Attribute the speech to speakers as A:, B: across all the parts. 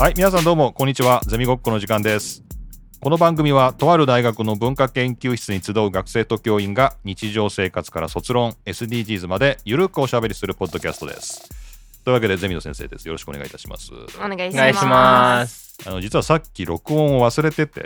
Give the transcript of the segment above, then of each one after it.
A: はい、皆さんどうも、こんにちは。ゼミごっこの時間です。この番組は、とある大学の文化研究室に集う学生と教員が、日常生活から卒論、SDGs まで、ゆるくおしゃべりするポッドキャストです。というわけで、ゼミの先生です。よろしくお願いいたします。
B: お願い
C: お
B: します。
C: 願いします。
A: あの、実はさっき録音を忘れてて、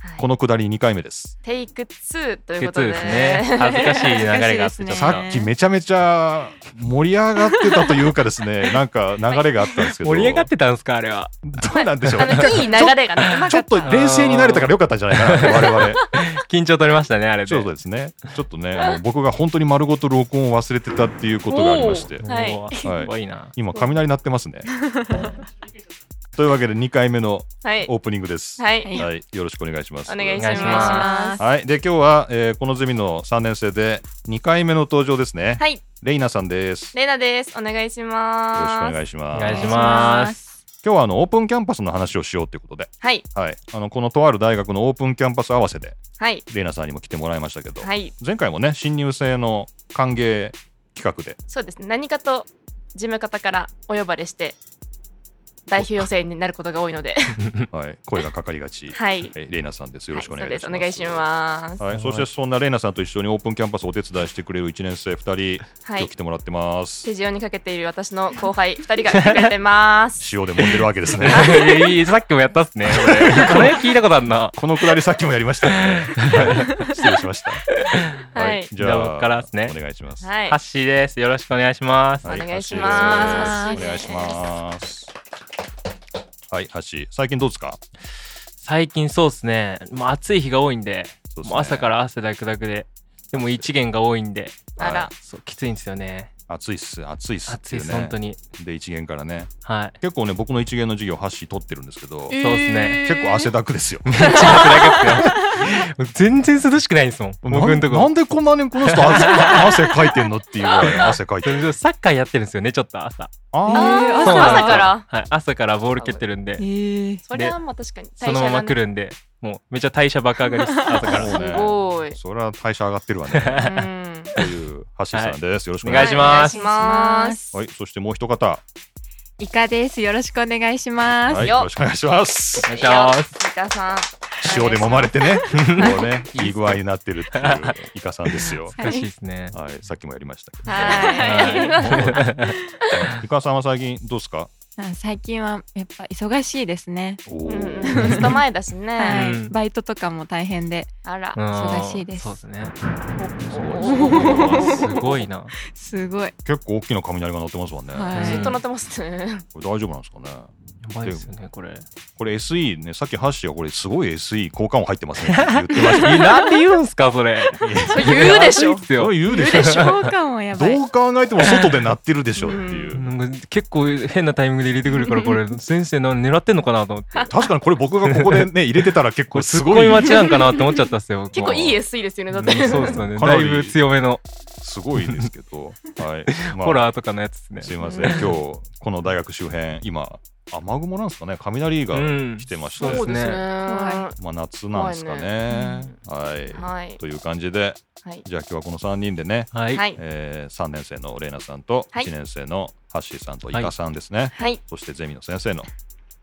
B: はい
A: このくだり2回目です。
B: テイク2という
C: 鉄
B: ことで。
C: ですね。恥ずかしい流れがあっ
B: 恥ずかしいです
C: て、
B: ね
C: ちょっ
A: さっきめちゃめちゃ盛り上がってたというかです ね、なんか流れがあったんですけ
C: と。
A: ど、
C: 盛り上がってたんですか、あれは。
A: どうなんでしょう
B: あのいい流れがね、うま
A: ち
B: か
A: ょっ
B: った
A: と冷静になれたからよかったんじゃないかなと、我々。
C: 緊張取れましたね、あれで。
A: そうそうですね。ちょっとね、 あの僕が本当に丸ごと録音を忘れてたっていうことがありまして
B: おー、はい
C: おー
A: はい
C: すごいな。
A: 今雷鳴って ますね。というわけで2回目の
B: はい。
A: オープニングです。
B: はい。
A: はい、よろしくお願いします。
B: お願いし
C: お願
B: ま
C: い
B: す。
C: しま
A: はい、で今日は、えーこのゼミの3年生で2回目の登場ですね。
B: はい。
A: レイナさんです。よ
B: レイナです。お願いし
A: ろしく
B: ま
A: お
B: す。
A: 願いします。
C: お願いし
B: お願いし
C: ま。
B: ます
A: 今日はあのオープンキャンパスの話をしようということで、
B: はい。
A: はい、あのこのとある大学のオープンキャンパス合わせで
B: はい。
A: レイナさんにも来てもらいましたけど、
B: はい。
A: 前回もね新入生の歓迎企画で
B: そうですね。何かと事務方からお呼ばれして、代表予選になることが多いので。
A: はい、声がかかりがち。
B: はい。
A: えレイナさんです。よろしくお願いいたします。
B: はいそうですお願いします。
A: はい、そしてそんなレイナさんと一緒にオープンキャンパスをお手伝いしてくれる1年生2人、
B: は
A: 今
B: い
A: 日来。てもらってます。
B: 手塩にかけている私の後輩2人が来てくれて ます。
A: 塩で揉んでるわけですね。
C: いいさっきもやったっすね。こ れ聞いたことあるな。
A: このくだりさっきもやりましたよ ね。はい失礼しました。
B: はい
A: じ
C: じゃ
A: ゃ
C: あ
A: あ
C: 僕からですね
A: お願いします。
B: は
C: ハッ
B: い。
C: シーです。よろしくお願いします。
A: は
B: お願いし
A: ハ
B: ま
A: ッ
B: す
A: シーですお願いします。はい、ハッシー、最近どうですか。
C: 最近そうっすね。もう暑い日が多いんで、
A: そうですね
C: もう朝から汗だくだくで。でも一元が多いんで、
B: あら。
C: そう、きついんですよね。
A: 暑いっす、暑いっすってい
C: 暑いうっ
A: ね。
C: す、本当に。
A: で、一元からね、
C: はい。
A: 結構ね、僕の一元の授業ハッシー取ってるんですけど、
C: うですね
A: 結構汗
B: だ。
A: だく ですよ。
C: 全然涼しくないんですもん。僕のと
A: な
C: こ
A: ん。でこんなにこの人 汗汗かいてんのっていうぐらい汗かいてる。
C: サッカーやってるんですよね、ちょっと朝。
A: あ
B: ー
C: そうなんですよ
B: 朝から
C: はい、朝からボール蹴ってるんで、
B: それはまあ確かに。
C: そのまま来るんで、もうめっちゃ代謝爆上がり です、朝
A: あ、
C: から。
A: もう
B: す
A: ね。
B: ごい。
A: それは代謝上がってるわ ね。
B: うん
A: という橋さんです。よろしくお
C: お
A: 願
C: 願
A: い
C: い
A: し
C: し
A: ま
B: お願い
C: ます
B: します
A: す。はい、そしてもう一方、
D: イカです。よろしくお願いします。
A: はい、
B: よ
A: よろしくお願いします
C: お。願いします。
B: イカさん。
A: 塩で揉まれてね、もうね、いい具合になってるっていうイカさんですよ。
C: 難しいですね。
A: はい、さっきもやりましたけど。
B: は
A: イカさんは最近どうですか。
D: あ最近はやっぱ忙しいですね。
A: おー
B: い。うんうん。スト前だし
D: は
B: ね。
D: い、
C: うん
D: バイトとかも大変で、
B: あら
C: う。ん
D: 忙しいです
C: そうですね。
B: おお
C: すごいな。
D: すごい。
A: 結構大きな雷が鳴ってますもんね。
D: はい
B: ずっと乗ってますね。
A: これ大丈夫なんですかね。
C: やばいですよ ね、これ。
A: これ SE ね、さっきハッシーはこれすごい SE 交換音入ってますねって言ってました けど。
C: えなんて言うんすか、それ。
B: そう言うでしょ
C: やばいっす
A: そ
C: よ
A: れ言うでしょ
D: 消。防感もやばい。
A: どう考えても外で鳴ってるでしょっていう。
C: なんか結構変なタイミングで入れてくる から、これ、先生な狙ってんのかなと思って。
A: 確かにこれ僕がここでね入れてたら結
C: こ
A: 構
C: れ
A: す
C: す
A: ご
C: ご
A: い
C: い街なんかなって思っちゃったっ すよ。僕
B: 結
C: も
B: 構いい SE ですよね。だっ
C: う
B: て。
C: んそうですよね。
A: かな
C: だ
A: り
C: いぶ強めの、
A: すごいですけど、はい。まあ
C: ホラーとかのやつですね。
A: すいません。今日この大学周辺今雨雲なんですかね雷が
C: うん
A: 来てまして、
C: そうですね
B: は
A: まあ夏なんですかね。はい。
B: はい
A: という感じで
B: い。
A: じゃあ今日はこの3人でね、
C: はい。
B: はい。
A: えー、3年生のレイナさんと
B: はい
A: 1年生のハッシーさんとイカさんですね、
B: はい。
A: そしてゼミの先生の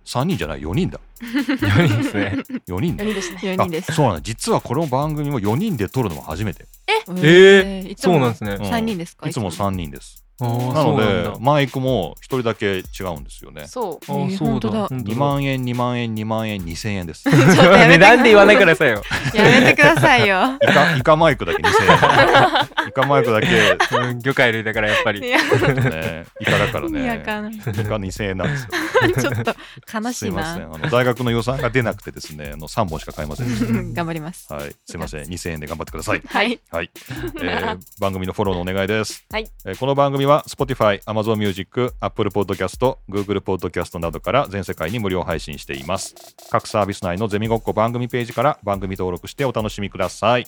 A: 3人じゃない4人だ
C: 4人です ね。
A: 4人だ
B: 4人ですね。
D: 4
A: あ
D: 人です。
A: そうなんだ実はこの番組も4人で撮るのも初めて
D: うん
C: え
D: いつも
C: そうなんですね。
A: うん
D: 三人ですか。
A: いつも3人です
C: あー
A: なので
C: そうなんだ
A: マイクも一人だけ違うんですよね。
B: そ
C: あー
D: えー
C: そう
D: 本当だ
C: 本当
A: 2万円、2万円、2万円、2000円です。イ
D: ちょっとや
C: 値
D: めてくだ
C: 段で言わないからさよ。
D: やめてください よ。
A: カ、イカマイクだけ2000円。イカマイクだけ、
C: うん魚介類だ からやっぱり。
D: いや
A: ね、イカだから
D: いやか
A: ね。
D: なち
A: イカ2000円なんですよ。
D: ょっと悲
A: す
D: し
A: い
D: い
A: ません。
D: な。
A: あの大学の予算が出なくてですね、あの3本しか買えませんでし
D: 頑張ります。
A: た。はい、すいません。2000円で頑張ってください。
D: はい。
A: はい、え ー番組のフォローのお願いです。
B: はい
A: えーこの番組は Spotify、Amazon Music、Apple Podcast、Google Podcast などから全世界に無料配信しています。各サービス内のゼミごっこ番組ページから番組登録してお楽しみください。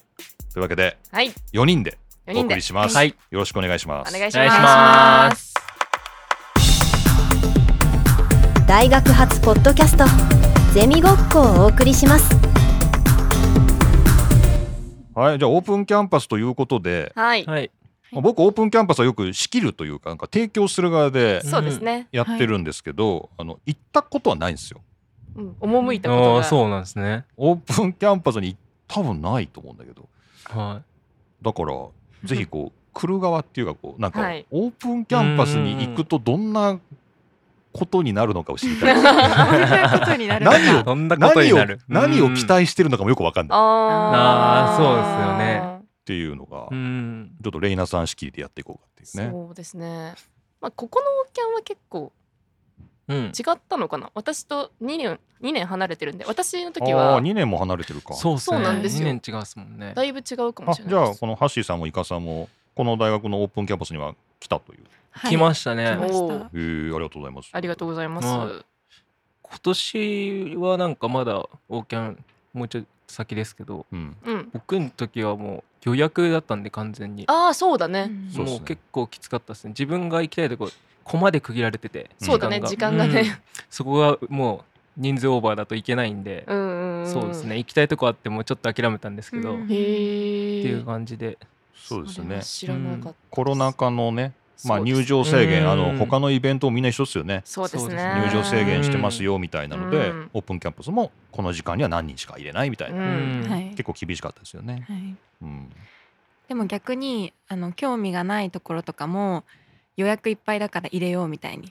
A: というわけで
B: う。はい。
A: 4人で
B: 4
A: お
B: 人
A: 送
B: で。
A: りします。
C: はい
A: よろしくお願いします。
B: お願いし
C: お願いし
B: ま。
C: ます
E: 大学発ポッドキャストゼミごっこをお送りします
A: はい、じゃあオープンキャンパスということで、
B: はい。
C: はい。
A: まあ僕オープンキャンパスはよく仕切るというかなんか提供する側で
B: そうですね、
A: やってるんですけど、あの行ったことはないんですよ
B: うん、赴いたこと
C: あ
B: が
C: あ、そうなんですね。
A: オープンキャンパスに多分ないと思うんだけど
C: は
A: だからぜひこ う来る側っていうかこうなんか
B: はい
A: オープンキャンパスに行くとどんなことになるのかを知りたい
D: こんなことになるのか
A: 何
C: い。
A: を
C: どんなこと
A: 何
C: に
A: を
C: なる
A: 何を期
C: うん
A: 待してるのかもよく分かんないっ
B: あ
C: あ
A: ていうのが、
C: うん。
A: ちょっとレイナさん仕切りでやっていこうかっていうね
B: そうですねまあここのオーキャンは結構
C: うん。
B: 違ったのかな私と2年2年離れてるんで私の時
A: ああ
B: は
A: 2年も離れてるか
C: そうっす
B: そ
C: ね。
B: うなんですよ
C: 2年違うっすもんね。
B: だいぶ違うかも
A: あ
B: しれ
A: じ
B: ない
A: ゃ
B: で
A: あ
B: す
A: このハッシーさんもイカさんもこの大学のオープンキャンパスには来たという、
D: はい
C: 来ましたね。
D: 来ま
B: お
D: し
B: ー
D: た
A: えー、ありがとうございます
B: ありがとうございます、
C: は今年はなんかまだオーキャンもうちょっと先ですけど
A: うん、
B: うん
C: 僕の時はもう予約だったんで完全に
B: ああそうだね、
D: うん
A: そうっすね
C: もう結構きつかったですね自分が行きたいとこコマで区切られてて
B: そうだね時間がね、
C: うんそこがもう人数オーバーだといけないんで、
B: うん、うんん
C: そうですね行きたいとこあってもうちょっと諦めたんですけど、
D: うん
C: っ
B: へ
C: て
B: え
C: いう感じで
A: そうですね
B: 知らなかった、
A: コロナ禍のね、まあ、
B: そうです
A: 入場制限
C: うん
A: あの他のイベントもみんな一緒ですよね
B: そうですね
C: そうですね
A: 入場制限してますよみたいなので、
B: うん
A: オープンキャンパスもこの時間には何人しか入れないみたいな、
B: う
C: うんん
D: はい
A: 結構厳しかったですよね、
D: はい
A: うん、
D: でも逆にあの興味がないところとかも予約いっぱいだから入れようみたいに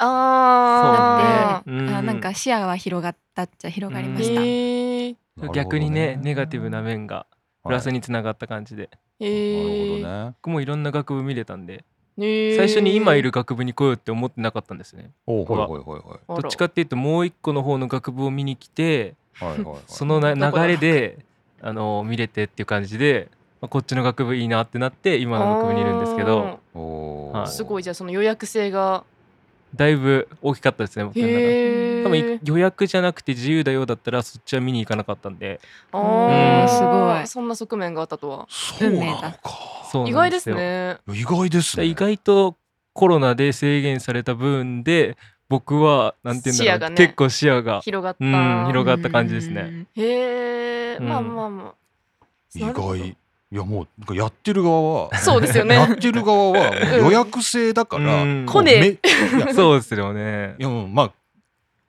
B: ああ
C: そう
D: あ
C: だねうん
D: なんか視野は広がったっちゃ広がりました、
C: うん
B: へえ
C: 逆にねネガティブな
A: 面
C: 面がプラスにつながった感じで、
B: へえ
A: なるほどね
C: 僕もいろんな学部見れたんで
B: へえ
C: 最初に今いる学部に来ようって思ってなかったんですね
A: おう
C: ほ
A: は
C: ら
A: いはいは
B: あ
C: ど
B: ら
C: っちかっていうともう一個の方の学部を見に来て
A: いはいはいはいはい
C: そのな
B: どこだ
C: 流れであの見れてっていう感じで、まあ、こっちの学部いいなってなって今の学部にいるんですけど
A: お
C: は
A: ー
B: あー
C: い
B: すごいじゃあその予約制が
C: だいぶ大きかったですね僕の中で
B: へえ
C: 多分予約じゃなくて自由だよだったらそっちは見に行かなかったんで
B: あ
C: うん
B: ー
C: す
D: ごい
B: そんな側面があったとは
A: そうなのか
C: そう
B: 意
C: な
B: 外
C: ん
B: で
C: です
B: す
C: よ
B: ね
A: 意外です
C: だから
A: ね
C: 意外とコロナで制限された分で僕はなんて言うん
B: 視野
C: だろ
B: が
C: う、
B: ね
C: 結構視 野が
B: 広がった
C: うん広がった感じですね
D: ね
B: へえ
C: うん
B: まあまあまあ
A: 意
B: なるほど
A: 外いやもうなんかやってる側は
B: そうですよ
A: や
B: ね
A: ってる側はもう予約制だから、
C: うん
A: もうめ
B: 来ね
A: いやい
C: そうですよね
A: やうんまあ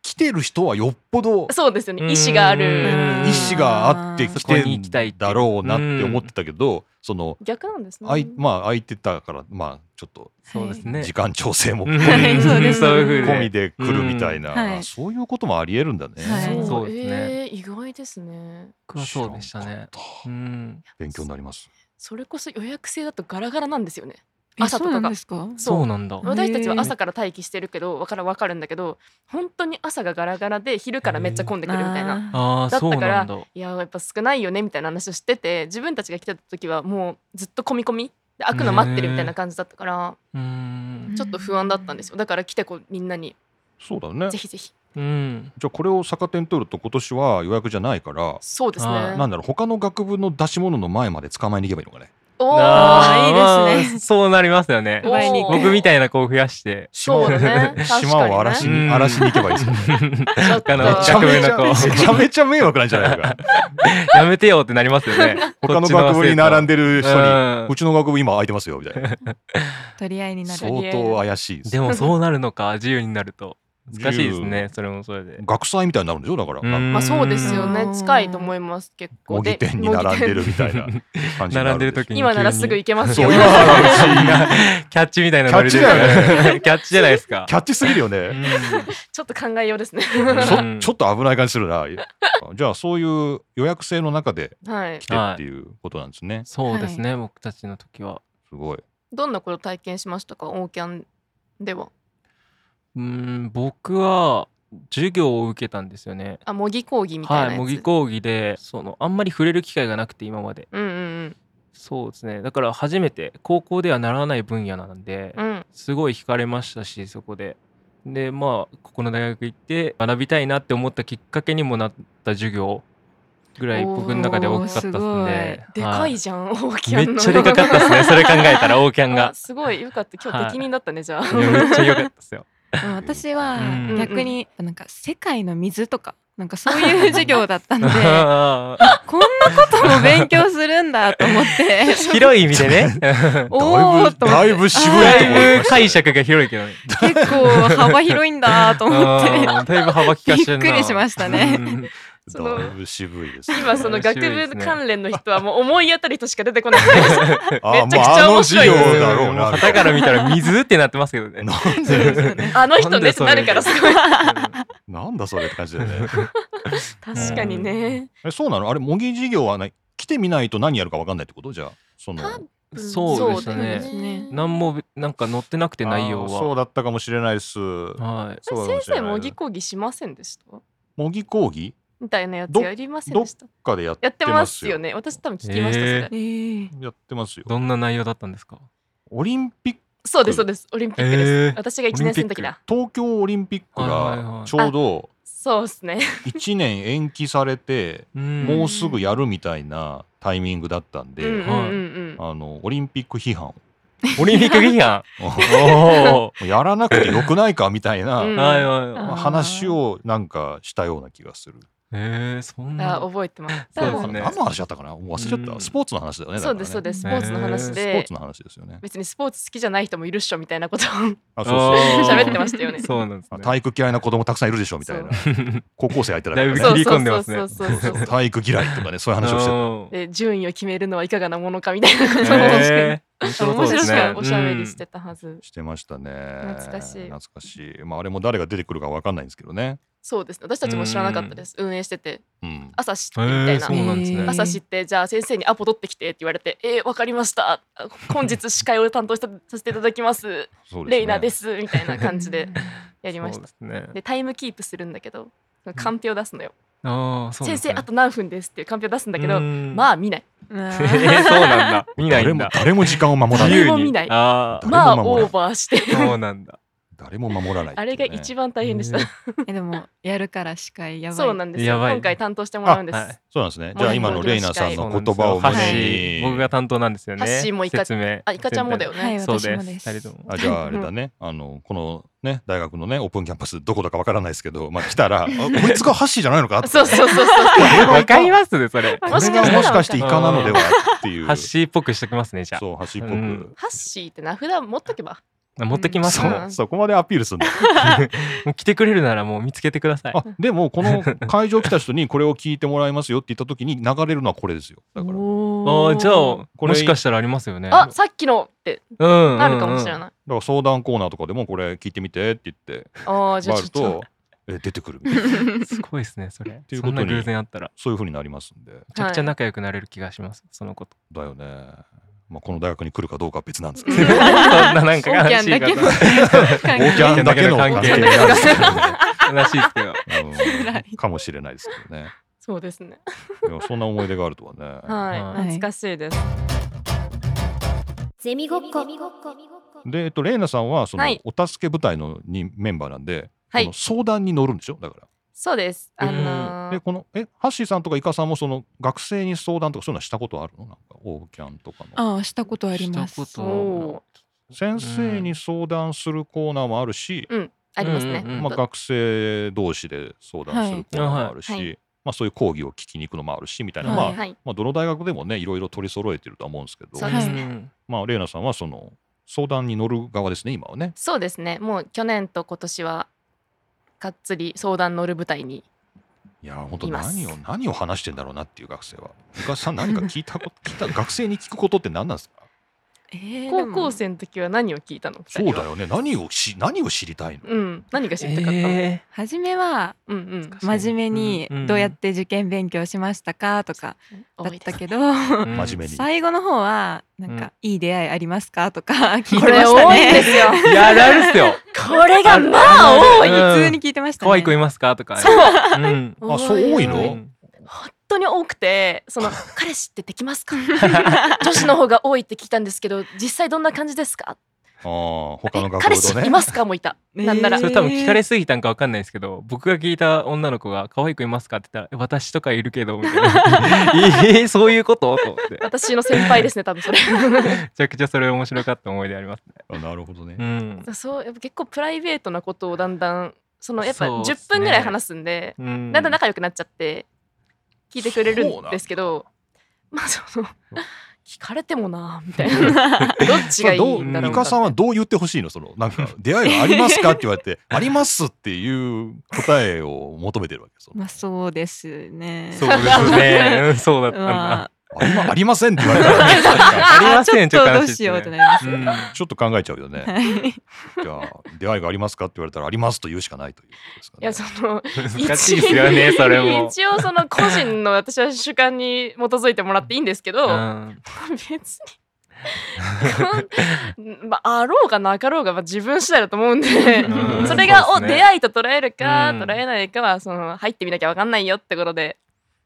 A: 来てる人はよっぽど
B: そうですよね意思がある
C: うん
A: 意思があって来
C: そこに行きた
A: て
C: いっ
A: ん
C: ていう
A: だろうなって思ってたけど、その
B: 逆なんですね
A: あいまあ空いてたからまあちょっと
C: そうですね
A: 時間調整も
C: うん
A: 込 み,、
D: はいそうです
C: そういう風
A: 込み
C: に
A: で来るみたいな、
D: うんはい
A: そういうこともありえるんだね。
D: はい
B: そう
C: そうですね
B: えー意外ですね
C: 僕はそうでした
A: 知らん
C: ね
A: かっ
C: うん
A: た勉強になります。
B: それこそ予約制だとガラガラなんですよね
D: え
B: 朝と
D: そ
B: か
D: うなん
B: が
D: ですか
C: そうなんだ
B: 私たちは
D: へー
B: 朝から待機してるけどわからわかるんだけど本当に朝がガラガラで昼からめっちゃ混んでくるみたいな。
D: あ
B: だ
C: ああ
B: った
C: そう
B: から
C: なんだ
B: いややっぱ少ないよねみたいな話をしてて自分たちが来てた時はもうずっと込み込みで開くの待ってるみたいな感じだったから
C: うーん
B: ちょっと不安だったんですよだから来てこうみんなに
A: そうだね。じ
B: ぜひぜひ
C: うん
A: ゃあこれを逆手に取ると今年は予約じゃないから、
B: そうですね
C: あー
A: なんだろう他の学部の出し物の前まで捕まえに行けばいいのかね。
B: お
D: あ
B: ー
D: ー
C: まあ
D: いいですね
C: そうなりますよね
B: おー
D: 前に行く
C: 僕みたいな子を増やして
B: そうだね確
A: 島
B: かにね
A: を荒らし
C: う
A: に
C: ん
A: 荒らしに行けばいいですよね。
C: あの
B: ちょっと
A: めちゃめちゃ
C: 着目の子
A: めちゃめちゃ迷惑なんじゃないの か。
C: やめてよってなりますよね
A: 他の学部に並ん
C: で
A: でる人に、う
C: に
A: ちの学部今空いてますよみたい な。
D: 取り合いになる
A: 相当怪しいです
C: で。もそうなるのか自由になると難しいです
A: 自
C: ねそれもそれで
A: 学祭みたいになるんでしょだから。
C: うん
B: まあそうですよ
D: う
B: ね
D: ん
B: 近いと思います結構
A: 模擬店に
B: 模擬
A: 並んでるみたいな 感じになる
C: 並んでる時に
B: 今ならすぐ行けます
A: そう
B: よ
A: 今ならうち
C: キャッチみたいなノリですよ
A: キャッチ
C: ね キャッチじゃないですか
A: キャッチすぎるよ
C: う
A: ね。
B: ちょっと考えようですね
A: ち
C: う
A: ょ
C: ん
A: ちょっと危ない感じするな。 じゃあそういう予約制の中で
B: はい
A: 来てっていうことなんですね
C: ん。そうですね僕たちの時は
A: すごい。
B: どんなこと体験しましたかオーキャンでは
C: うーん僕は授業を受けたんですよね
B: あ模擬講義みたいな
C: は
B: や
C: い
B: つ、
C: 模擬講義でそのあんまり触れる機会がなくて今まで
B: うんうん
C: そうですねだから初めて高校ではならない分野なんで
B: うんうん
C: すごい惹かれましたしそこででまあここの大学行って学びたいなって思ったきっかけにもなった授業ぐらい僕の中で大きかったっすんで
D: おー
B: で
C: は
B: かいじゃん、オーキ
C: め
B: ャ
C: っ
B: ンの
C: ちゃでかかっ たですねそれ考えたらオーキャン
B: あ
C: が
B: すごいよかった今日適任だったね、じゃ
C: いやめっちゃ良かったですよ
D: うん私は
C: うん
D: 逆になんか世界の水とかなんかそういう授業だ ったんで
C: あ
D: こんなことも勉強するんだと思って
C: ー 広い意味で ね。だ
D: お
A: だい
D: ーっ
A: ぶ
D: と思っ
A: だ
D: て
A: いぶ渋いとこ
D: あ
C: いぶ解釈が広いけどね。
D: ー結構幅広いんだと思って
C: あーだいぶ幅利かしてるな。
D: びっくりしましたね
C: うん
B: その
A: だいぶ渋いですね。
B: 今その学
C: 面白いです
B: 部
C: ね
B: 関連の人はもう思い当たる人しか出てこないです
A: あ
B: めちゃくちゃ
A: もうあの授
B: 面白い
A: 業
B: です
A: だろうな。
C: 旗から見たら水ってなってますけどね。
A: なん
D: そうです
A: で
D: よね
B: あの人ねってなるからす ごい
A: なんだそれって感じだよね。
B: 確かにね
A: えそうなのあれ模擬授業はね来てみないと何やるかわかんないってことじゃあその
B: 多分
C: うんそうです
B: そうだよ
C: ね。
D: ね
C: 何もなんか載ってなくて内容
A: あーそう
C: は。
A: だったかもしれないです。
C: はい。
A: そうか
B: 先
A: もしれ
B: 生
A: ない
B: 模擬講義しませんでした
A: 模擬講義
B: みたいなやつやりませんでした
A: かでやっ
B: やっててま
A: ます
B: す
A: よ。
B: よね私多分聞きましたそ
C: へー
B: れ
D: えー
A: やってますよ。
C: どんな内容だったんですか。
A: オリンピック
B: そうですそうですオリンピック
C: へ
B: で
C: ー
B: す私が1年生の時だ
A: 東京オリンピック
C: はいはいは
A: が
C: い
A: ちょうど
B: そうですね
A: 1年延期されて
C: も
A: もうすぐやるみたいなタイミングだったん
B: うんうん
A: で、
B: うん
A: あのオリンピック批判を
C: オリンピック批判。お
A: やらなくてよくないかみたいな、
B: うん
C: お。はいはいはい
A: まあ
D: あー
A: 話をなんかしたような気がする。
C: えー、そん
B: うんあ
C: な。
B: 覚えてます
C: そうで
A: な
C: す
A: ん
C: ね
A: か何の話だったかなもう忘れちゃっ
C: う
A: た。
C: ん
A: スポーツの話だよね。だか
B: そ
A: ら
B: う
A: ね
B: ですそうですスポ
C: ね
B: ーツの話
A: スポー
B: で
A: ツの話ですよね。
B: 別にスポーツ好きじゃない人もいるっしょみたいなことを
A: あそうそう
C: あ ー
B: 喋ってました よね
C: そうなんです
A: あ
C: ね。
A: 体育嫌いな子供たくさんいるでしょみたいな。 高校生相手だから、
C: だいぶ
A: ね
C: 切り込んでますね
B: そうそうそうそう そう
A: 体育嫌いとかね、そういう話をしてた。
C: て
B: で順位を決めるのはいかがなものかみたいなことを
C: えー、面
B: 面
C: そうで
B: 白
C: すね
B: くおしゃべりしてたはず、
A: してましたね。
B: 懐かしい
A: 懐かしい。まああれも誰が出てくるかわかんないんですけどね。
B: そうですね私たちも知らなかったです、運営してて
A: うん。
B: 朝知ってみたいな、
C: えーそうなんですね
D: えー
B: 朝知ってじゃあ先生にアポ取ってきてって言われて「えー、わかりましたあ本日司会を担当したさせていただきます
A: そうですね
B: レイナです」みたいな感じ でやりまし
C: そう
B: た
C: で。すね。
B: でタイムキープするんだけどカンペを出すのよ、
C: ああ、そうな
B: 先
C: んです
B: 生
C: ね
B: あと何分ですっていうカンペを出すんだけど、
C: あ、
B: まあ見ない
D: うん
C: えー、そうなん だ。見ない
A: 誰
C: ん
A: も
C: だ。
A: 誰も時間を守ら
C: 自
A: な
B: 自
A: い。
B: 由
C: 由
B: も見
C: に
B: ない
C: ああ、
B: まあ
A: 誰も守らない
B: オーバーして
C: そうなんだ。
A: 誰も守らないって
B: あ
A: いうね、
B: れが一番大変でした、
C: え
D: えでもやるから司会やばい
B: そうなんですよ
C: やばい
B: 今回担当してもらうんです、
C: あはい
A: そうなんですね。じゃあ今のレイナさん
C: ー
A: の言葉を
C: そうなんですよ
A: 胸
C: ハッシー
A: に。
C: 僕が担当なんですよね。
B: ハッシーもイカ
C: 説明。
B: あイカちゃんもだよね、
D: はい
C: そう
D: 私
C: で
D: も
C: す。
D: です
C: 二人とも。
A: あじゃああれだ ね、あのこのね大学のねオープンキャンパスどこだかわからないですけど、まあ、来たらあこいつがハッシーじゃないのかって
B: そうそうそうそう
C: わかりますね、それ。
A: こ
B: もし
A: れ
B: か
A: が
B: したら
A: もしかしてイカなのではっていう
C: ハッシーっぽくしときますね、じゃ
A: そうハッシーっぽ
C: う
A: く
C: ん、
B: ハッシーって名札持っとけば
C: あ。持ってきます
A: そ
C: ね。
A: うそこまでアピールするんだ
C: もう来てくれるならもう見つけてください。
A: あでもこの会場来た人にこれを聞いてもらいますよって言った時に流れるのはこれですよだからだか
C: あ
D: お
C: あじゃあ
A: これ
C: もしかしたらありますよね。
B: あさっきのって
C: うんうんうん
B: なるかもしれない、
A: ら相談コーナーとかでもこれ聞いてみてって言って
B: ああじゃあ
A: 回
B: ちょ
A: る
B: っと
A: とえ出てくるみたいな
C: すごいですねそれ。
A: ていうこ
C: そ
A: と
C: ん
A: に
C: な偶然あったら
A: そういうふうになりますんで
C: めちゃくちゃ仲良くなれる気がしますそのこと。
A: だよね、まあ、この大学に来るかどうかは別なんですけ
B: う
A: ど
B: ん
C: そんななんか悲しい方
D: オーキャンだ
A: オーキャンだけの関係なんですけどね
C: 悲しいですけど。
A: あ
D: 辛
A: の
D: い
A: かもしれないですけど ね。
B: そうですね
A: いやそんな思い出があるとはね。
B: はい、
C: はい
B: 懐かしいです
E: ゼミごっこ
A: で、えっと、レイナさんはその、
B: はい
A: お助け部隊のにメンバーなんで、
B: はい
A: この相談に乗るんでしょだか
B: そうですあの
A: ら。
B: ー
A: でこのえハッシーさんとかイカさんもその学生に相談とかそういうのはしたことあるのなんかオーキャンとかの。
D: ああしたことあります
C: したこと
B: おー
A: 先生に相談するコーナーもあるし、
B: うんありますね、
C: うんうんうん
A: まあ、学生同士で相談するコーナーもあるし、
B: はいはい
A: まあ、そういう講義を聞きに行くのもあるしみたいな、
D: はい
A: まあ
B: はい
A: まあ、どの大学でもねいろいろ取り揃えてるとは思うんですけど、
B: そう
D: です
C: う
D: ね
C: ん
A: まあ、レイナさんはその相談に乗る側ですね今はね。
B: そうですねもう去年と今年はがっつり相談乗る舞台に
A: いや本当
B: います
A: 何を何を話してんだろうなっていう学生は。昔さん何か聞いたこと聞いた学生に聞くことって何なんですか。
D: えー
B: 高校生の時は何を聞いたの二
A: そう
B: 人は
A: だよね。何をし何を知りたいの。
B: うん何が知りたかったの、
C: え
D: 初めは
B: うんうん
C: ー
D: 真面目にどうやっ
C: ん
D: て受験勉強しましたかとかだ
B: 多
D: っ
B: いで
D: た
B: す
D: けど
C: うん
A: 真面目に。
D: 最後の方はなんかいい出会いありますかとか 聞い
B: こ
D: てま
B: れ
D: した
B: 多いんで
D: ね。
B: すよ
C: いやあるっすよ。
B: これがまあ多い
D: 普通に聞いてましたね。
C: 可愛い子いますかとか。そう。うん。
A: あそう多いの
C: うん
B: 本当に多くてその「彼氏ってできますか? 」 女子の方が多いって聞いたんですけど実際どんな感じですか
A: ああ他の
B: え
A: 学
B: 彼
A: 部
B: 氏
A: とね
B: い。ますかもいた、
D: ね
B: なんなら
C: それ多分聞かれすぎたんかわかんないですけど僕が聞いた女の子が「可愛い子いますか?」って言ったらえ「私とかいるけど」みたいな「 えー、そういうこと?」と思って
B: 私の先輩ですね多分それ
C: めちゃくちゃそれ面白かった思い出ありますね。
A: あなるほどね
C: う。ん、
B: そうやっぱ結構プライベートなことをだんだんそのやっぱ
C: そうっすね
B: 10分ぐらい話すんで
C: うん
B: だんだん仲良くなっちゃって聞いてくれるんですけどまあその 聞かれてもなみたいなどっちがいいんだろ
A: ミ
B: う
A: カ
B: か
A: さんはどう言ってほしいのそのなんか出会いはありますかって言われ てありますっていう答えを求めてるわけですよ
D: まあそうですね。
C: そうですね。うんそうだったん
D: ま
C: だ
D: あ。
A: ありまありませんって言われた ら
C: ありません
D: ちょっとどうしようってなります
C: う
D: ね。
C: ん
A: ちょっと考えちゃうよ ね
D: はい
A: じゃあ出会いがありますかって言われたらありますと言うしかないということですか
B: い
A: ね
B: やその
C: 難しいですよね、それも。
B: 一応その個人の私は主観に基づいてもらっていいんですけど、
C: うん
B: 別に まああろうがなかろうが、まあ、自分次第だと思うんで、
C: うん
B: それが
C: そ
B: お、
C: うですね
B: 出会いと捉えるか、
C: うん
B: 捉えないかはその入ってみなきゃ分かんないよってことで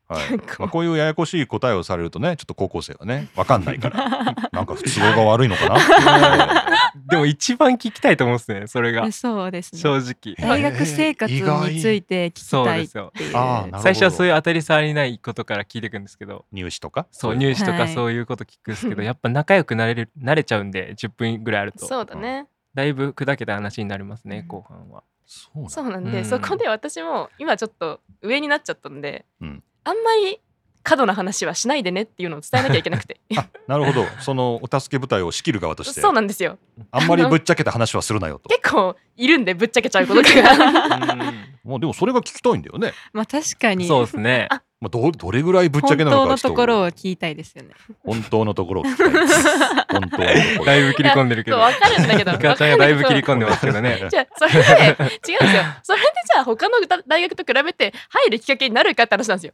A: はい
B: 結構
A: まあ、こういうややこしい答えをされるとねちょっと高校生はねわかんないから なんか都合が悪いのかな っていう
C: でも一番聞きたいと思うんですね、それが。
D: そうですね。
C: 正直。
A: え
D: 大学生活について聞き
C: そう
D: たい
C: で
D: っ
C: すよ。
D: ていう。
A: ああなるほど
C: 最初はそういう当たり障りないことから聞いていくんですけど、
A: 入試とか
C: そう、入試と
D: は
C: か
D: い
C: そういうこと聞くんですけど、やっぱ仲良くなれる、慣れちゃうんで、10分ぐらいあると。
B: そうだね、
C: だいぶ砕けた話になりますね
D: う、ん
C: 後半は。
A: そうなんだ
B: そうなんで、
C: うん
B: そこで私も今ちょっと上になっちゃったんで、
A: うん
B: あんまり過度な話はしないでねっていうのを伝えなきゃいけなくて
A: あなるほどそのお助け部隊を仕切る側として
B: そうなんですよ
A: あんまりぶっちゃけた話はするなよと
B: 結構いるんでぶっちゃけちゃうことが
A: もうでもそれが聞きたいんだよね、
D: まあ確かに。
C: そうですね。
A: まあ、どどれぐらいぶっちゃけなの
D: 本当
A: か
D: の
A: ちょ
D: と
A: っと
D: ころを聞きたいですよね。
A: 本当のところを聞きたい です本当のところ
C: だいぶ切り込んでるけど。
B: 分かるんだ けど
C: イカちゃんがだいぶ切り
B: 分かるんだけど
C: 込んでますけどね。
B: じゃあそれで違うんですよそれでじゃあ他の大学と比べて入るきっかけになるかって話なんですよ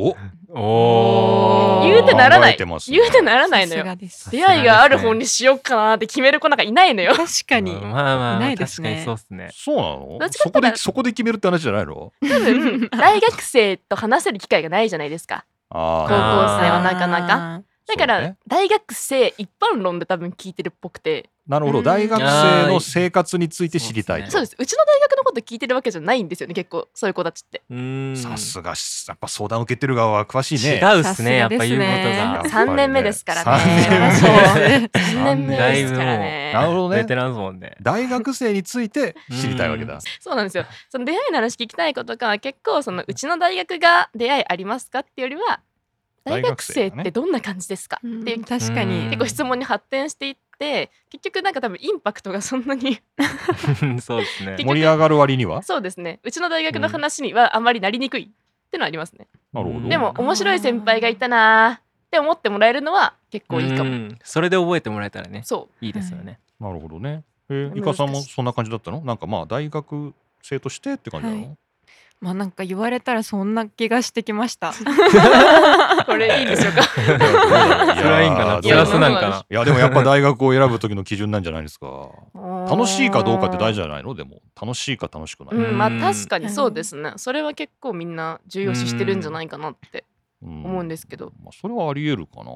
A: お
C: おお。
B: 言うてならない
A: 考えてますね
B: 言うてならないの
D: さす
B: よ
D: がです。
B: 出会いがある本にしようかなって決める子なんかいないのよ
D: 確かに。
C: うんまあまあまあ、
D: ないで
C: 確
D: す
C: か
D: ね
C: にそうっすね。
A: そうなの
B: どっちか
A: そこ
B: って言った
A: で
B: ら
A: そこで決めるって話じゃないの
B: 多分大学生と話せる機会がないじゃないですか
A: あ
B: 高校生
A: あ
B: はなかなか
D: あー。
B: だか
A: そう
B: ら
A: ね
B: 大学生一般論で多分聞いてるっぽくて
A: なるほど
D: うん
A: 大学生の生活について知りたい
C: あー
B: そうですうちの大学のこと聞いてるわけじゃないんですよね結構そういう子たちって
C: うーん。
A: さすがやっぱ相談受けてる側は詳しいね
C: 違うっすね、やっぱ
D: さす
C: 言う
D: がですね
A: やっぱ
C: こ
A: りね
B: 三年目ですからね
A: 三年目
D: そう
B: 3年目
C: とが。だい
B: で
C: ぶ
B: す
C: もう、
B: から
A: なる
B: ね
A: ほど
C: ベ
A: ね
C: テランですも んね。
A: 大学生について知りたいわけだ
B: そうなんですよその出会いの話聞きたいことか結構そのうちの大学が出会いありますかっていうよりは
A: 大
B: 大
A: 学
B: 学
A: 生
B: 生
A: がね
B: ってどんな感じですか
D: うん
B: っていう
D: 確か
C: うん
D: に。
B: 結構質問に発展していって結局なんか多分インパクトがそんなに
C: そうですね。
A: 盛り上がる割には
B: そうですねうちの大学の話にはあまりなりにくいってのはありますね、
A: なるほど
B: でも面白い先輩がいたなーって思ってもらえるのは結構いいかも、
C: うんそれで覚えてもらえたらね、
B: そ
C: いいですよね。
A: なるほどねえ
B: 難し
A: ゆ
B: い
A: かさんもそんな感じだったのなんかまあ大学生としてって感じなの、
D: はいまあなんか言われたらそんな気がしてきました。
B: うこれいいんでしょうか
C: それはいいんかな。
A: い
C: プ
A: や
C: ラスなんかな。
A: いやでもやっぱ大学を選ぶ時の基準なんじゃないですか楽しいかどうかって大事
B: 丈
A: じゃないのでも楽しいか楽しくない、
B: うん、まあ
C: うん
B: 確かにそうですねそれは結構みんな重要視してるんじゃないかなって思うんですすけど、
A: まあ、それはあり得るかな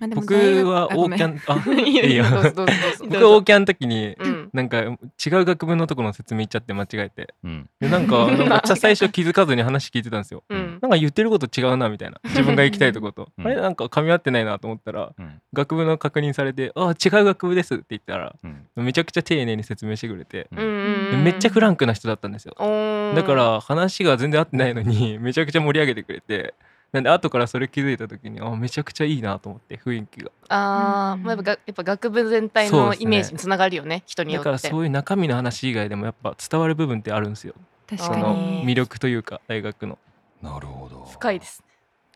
D: まあでも
C: 僕
D: 大学
C: は
D: あ
C: オ
D: ご
C: ー
D: め
C: キャ
D: ん
C: ン、 あ、
B: いいよ
C: いいよ
B: どうぞどうぞどうぞ
C: 僕オーキャンの時に、
B: うん
C: なんか違う学部のとこの説明言っちゃって間違えて。
A: うん
C: でなん か、
B: うん
C: めっちゃ最初気づかずに話聞いてたんですよ。
B: うん
C: なんか言ってること違うなみ たいな自分が行きたいとこと、
A: うん
C: あれなんか噛み合ってないなと思ったら
A: うん
C: 学部の確認されて「ああ違う学部です」って言ったら
A: うん
C: めちゃくちゃ丁寧に説明してくれて、
B: うんうんう
C: で
B: ん
C: めっちゃフランクな人だったんですよ、
B: おー
C: だから話が全然合ってないのにめちゃくちゃ盛り上げてくれてなんで後からそれ気づいた時にあーめちゃくちゃいいなと思って雰囲気が
B: ああ、
D: うん
B: まあ、やっぱがやっぱ学部全体
C: そう
B: の
C: ですね
B: イメージにつながるよね人に
C: だ
B: よ
C: から
B: って
C: そういう中身の話以外でもやっぱ伝わる部分ってあるんですよ
D: 確
C: そ
D: か
C: の
D: に。
C: 魅力というか大学の
A: なるほど
B: 深い です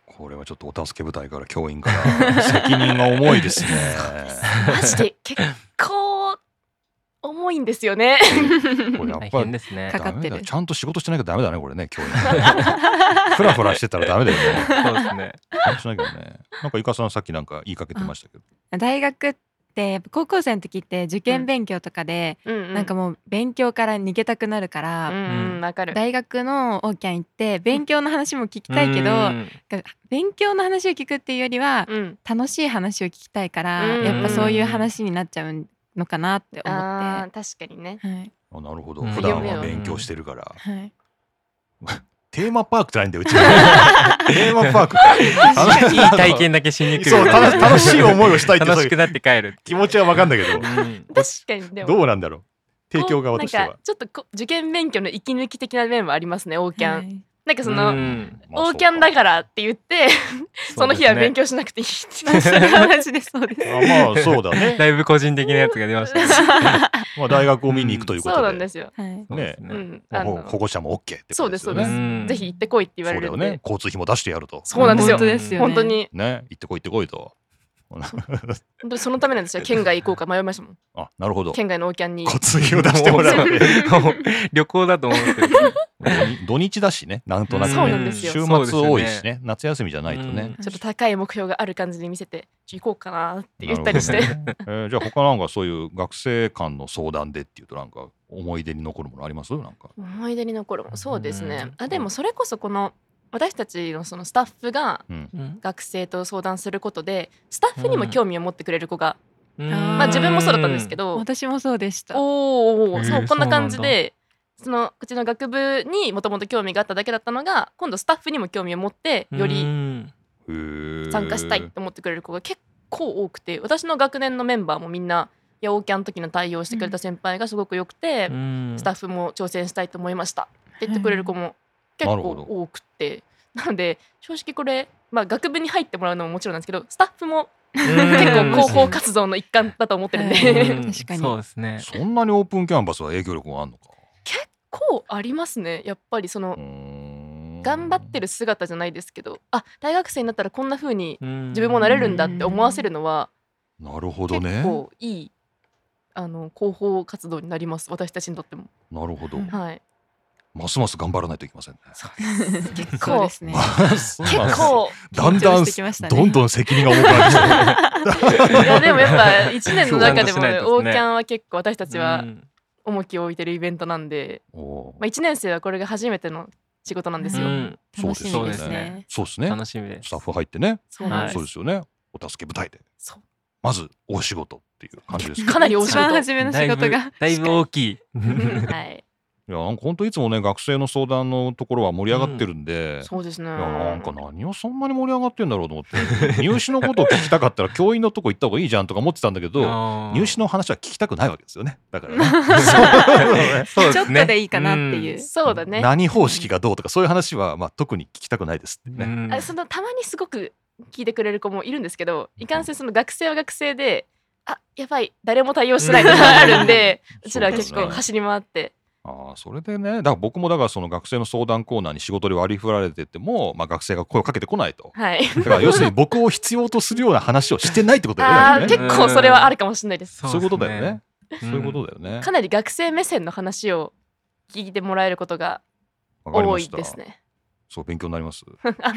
A: これはちょっとお助け部隊から教員から 責任が重いですね
B: マジで結構重いんですよね
A: これやっ
C: 大
A: ぱ
C: 変
A: り
C: ですね
D: かかってる
A: ダメだちゃんと仕事しなきゃダメだねこれね教員フラフラしてたらダメだよね
C: そうですね
A: ちゃんとしなきゃねなんかゆかさんさっきなんか言いかけてましたけど
D: 大学ってやっぱ高校生の時って受験勉強とかで、
B: うん、うん、
D: なんかもう勉強から逃げたくなるか
B: う
D: ら、
B: んうんわかる
D: 大学のオーキャン行って勉強の話も聞きたいけど、
C: うん
D: 勉強の話を聞くっていうよりは
B: うん
D: 楽しい話を聞きたいから、
B: うん
D: やっぱそういう話になっちゃうのかなって思っ
B: あー確かにね
D: て。はい
A: あなるほど
C: うん
A: 普段は勉強してるから
D: はい、
A: テーマパークじゃないんだようちはテーマパークか
C: いい体験だけしに来る
A: そう楽 楽しい思いをしたいって
C: 楽しくなって帰る
A: 気持ちは分かんだけど
C: うん
B: 確かにでも
A: どうなんだろう提供側
B: な
A: と
B: ん
A: しては
B: かちょっとこ受験勉強の息抜き的な面もありますねオーキャン、
D: ン
B: なんかそ
C: うん
B: の、
A: まあ
B: オーキャンだからって言って
C: そうか
B: その日は勉
C: 強
B: 強しなくていいって、
D: それはマジでそうで す
A: そうかあまあそうだね、
C: だいぶ個人的なやつが出ましたね
A: まあ、大学を見に行くというこ
B: そう
A: と
B: なんで
A: です
B: よ、
D: はい
C: そうですね
B: うん
A: まあ
B: あ
A: ほ
B: の
A: 保護者も OK ってこと
B: そうですそうです、
C: うん
B: ぜひ行ってこいって言わ
A: そ
B: れ
A: うだ
B: るん
A: よ
B: で
A: ね交通費も出してやると
B: そうなんですよ
D: 本当ですよね
B: 本当に
A: ね行ってこい行ってこいと
B: 本当にそのためなんですよ県外行こうか迷いましたもん
A: あなるほど
B: 県外のオーキャンに
A: 交通費を出してもら う
C: もう旅行だと思ってる
A: 土日だしねなんとなく
B: そう
A: ね
B: なんですよ
A: 週末多い
C: そうで
A: し
C: すよ
A: ね夏休みじゃないとね
B: ちょっと高い目標がある感じに見せて行こうかなって言ったりし
A: なる
B: て、
A: ほどね えーじゃあ他なんかそういう学生間の相談でっていうとなんか思い出に残るものありますなんか
B: 思い出に残るもんそうですね、
C: うん
B: あでもそれこそこの私たちのそのスタッフが
C: うん
B: 学生と相談することでスタッフにも興味を持ってくれる子が、
C: うん
B: まあ自分もそうだったんですけど、
D: 私もそうでした
B: おーおーおー
C: へー
B: そうこんな感じ
C: そうな
B: でそのうちの学部にもともと興味があっただけだったのが今度スタッフにも興味を持ってよ
C: う
B: り
C: ん
A: 参
B: 参加したいって思ってくれる子が結構多くて私の学年のメンバーもみんなヤオキャンの時の対応してくれた先輩がすごく良くて、
C: うん
B: スタッフも挑戦したいと思いましたって言ってくれる子も結
A: なるほ
B: 構
A: ど
B: 多くて。なので正直これ、まあ、学部に入ってもらうのももちろんなんですけどスタッフも結構広報活動の一環だと思ってるん
D: 動
B: で、
D: うん確かに
C: そうですね
A: そんなにオープンキャンパスは影響力があるのか
B: 結構ありますねやっぱりその
A: うーん
B: 頑張ってる姿じゃないですけどあ大学生になったらこんな風に
C: 自
B: 自分もなれるんだって思わせるのは
A: なるほど
B: 結
A: ね
B: 構いい、あの広報活動になります私たちにとっても
A: なるほど
D: うん
B: はい
A: ますます頑張らないといけませんね
D: 結構ですね
A: ますます
B: 結構
A: だんだ
D: 緊
A: ん
D: 張してきましたね
A: どんどん責任が重くなってきたね
B: いやでもやっぱ1年の中でも、ね、
C: そう
B: オ
C: なん
B: ー
C: ですね
B: キャンは結構私たちは
C: うん
B: 重きを置いてるイベントなんで、
A: おー
B: まあ、1年生はこれが初めての仕事なんですよ、
C: うん
A: そうですよ
D: 楽し
A: ね
D: みですね
A: そうですね
C: 楽しみです
A: スタッフ入ってね
B: そうなんです、
A: そうですよねお助け部隊で
B: そう
A: まず大仕事っていう感じですね
B: かなり大仕
D: 一番
B: 事
D: 初めの仕事が
C: だいぶ大きい
B: はい
A: いやなんか本当いつもね学生の相談のところは盛り上がってるんで、
B: そうですね
A: いやなんか何をそんなに盛り上がってるんだろうと思って入試のことを聞きたかったら教員のとこ行った方がいいじゃんとか思ってたんだけど入試
C: の
A: の話は聞きたくないわけですよねだからね
C: そう
D: ち
C: で
D: ょっ
C: す
D: と
C: ね
D: でいいかなっていう
B: そうだね
A: 何方式がどうとかそういう話は、まあ、特に聞きたくないですってね、
B: あそのたまにすごく聞いてくれる子もいるんですけどいかんせんその学生は学生であやばい誰も対応してないとかあるんでうちらは結
A: そう
B: 構
A: です
B: 走り回って
A: ああそれでねだから僕もだからその学生の相談コーナーに仕事で割り振られてても、まあ、学生が声をかけてこない と
B: はい
A: だから要するに僕を必要とするような話をしてないってことだ
B: あ
A: よね
B: ー結構それはあるかもしれないです
A: そういうことだよねそういうことだよね
B: かなり学生目線の話を聞いてもらえることが
A: わかり
B: 多
A: まし
B: い
A: た
B: ですね
A: そう勉強になり ます
C: だね
A: 今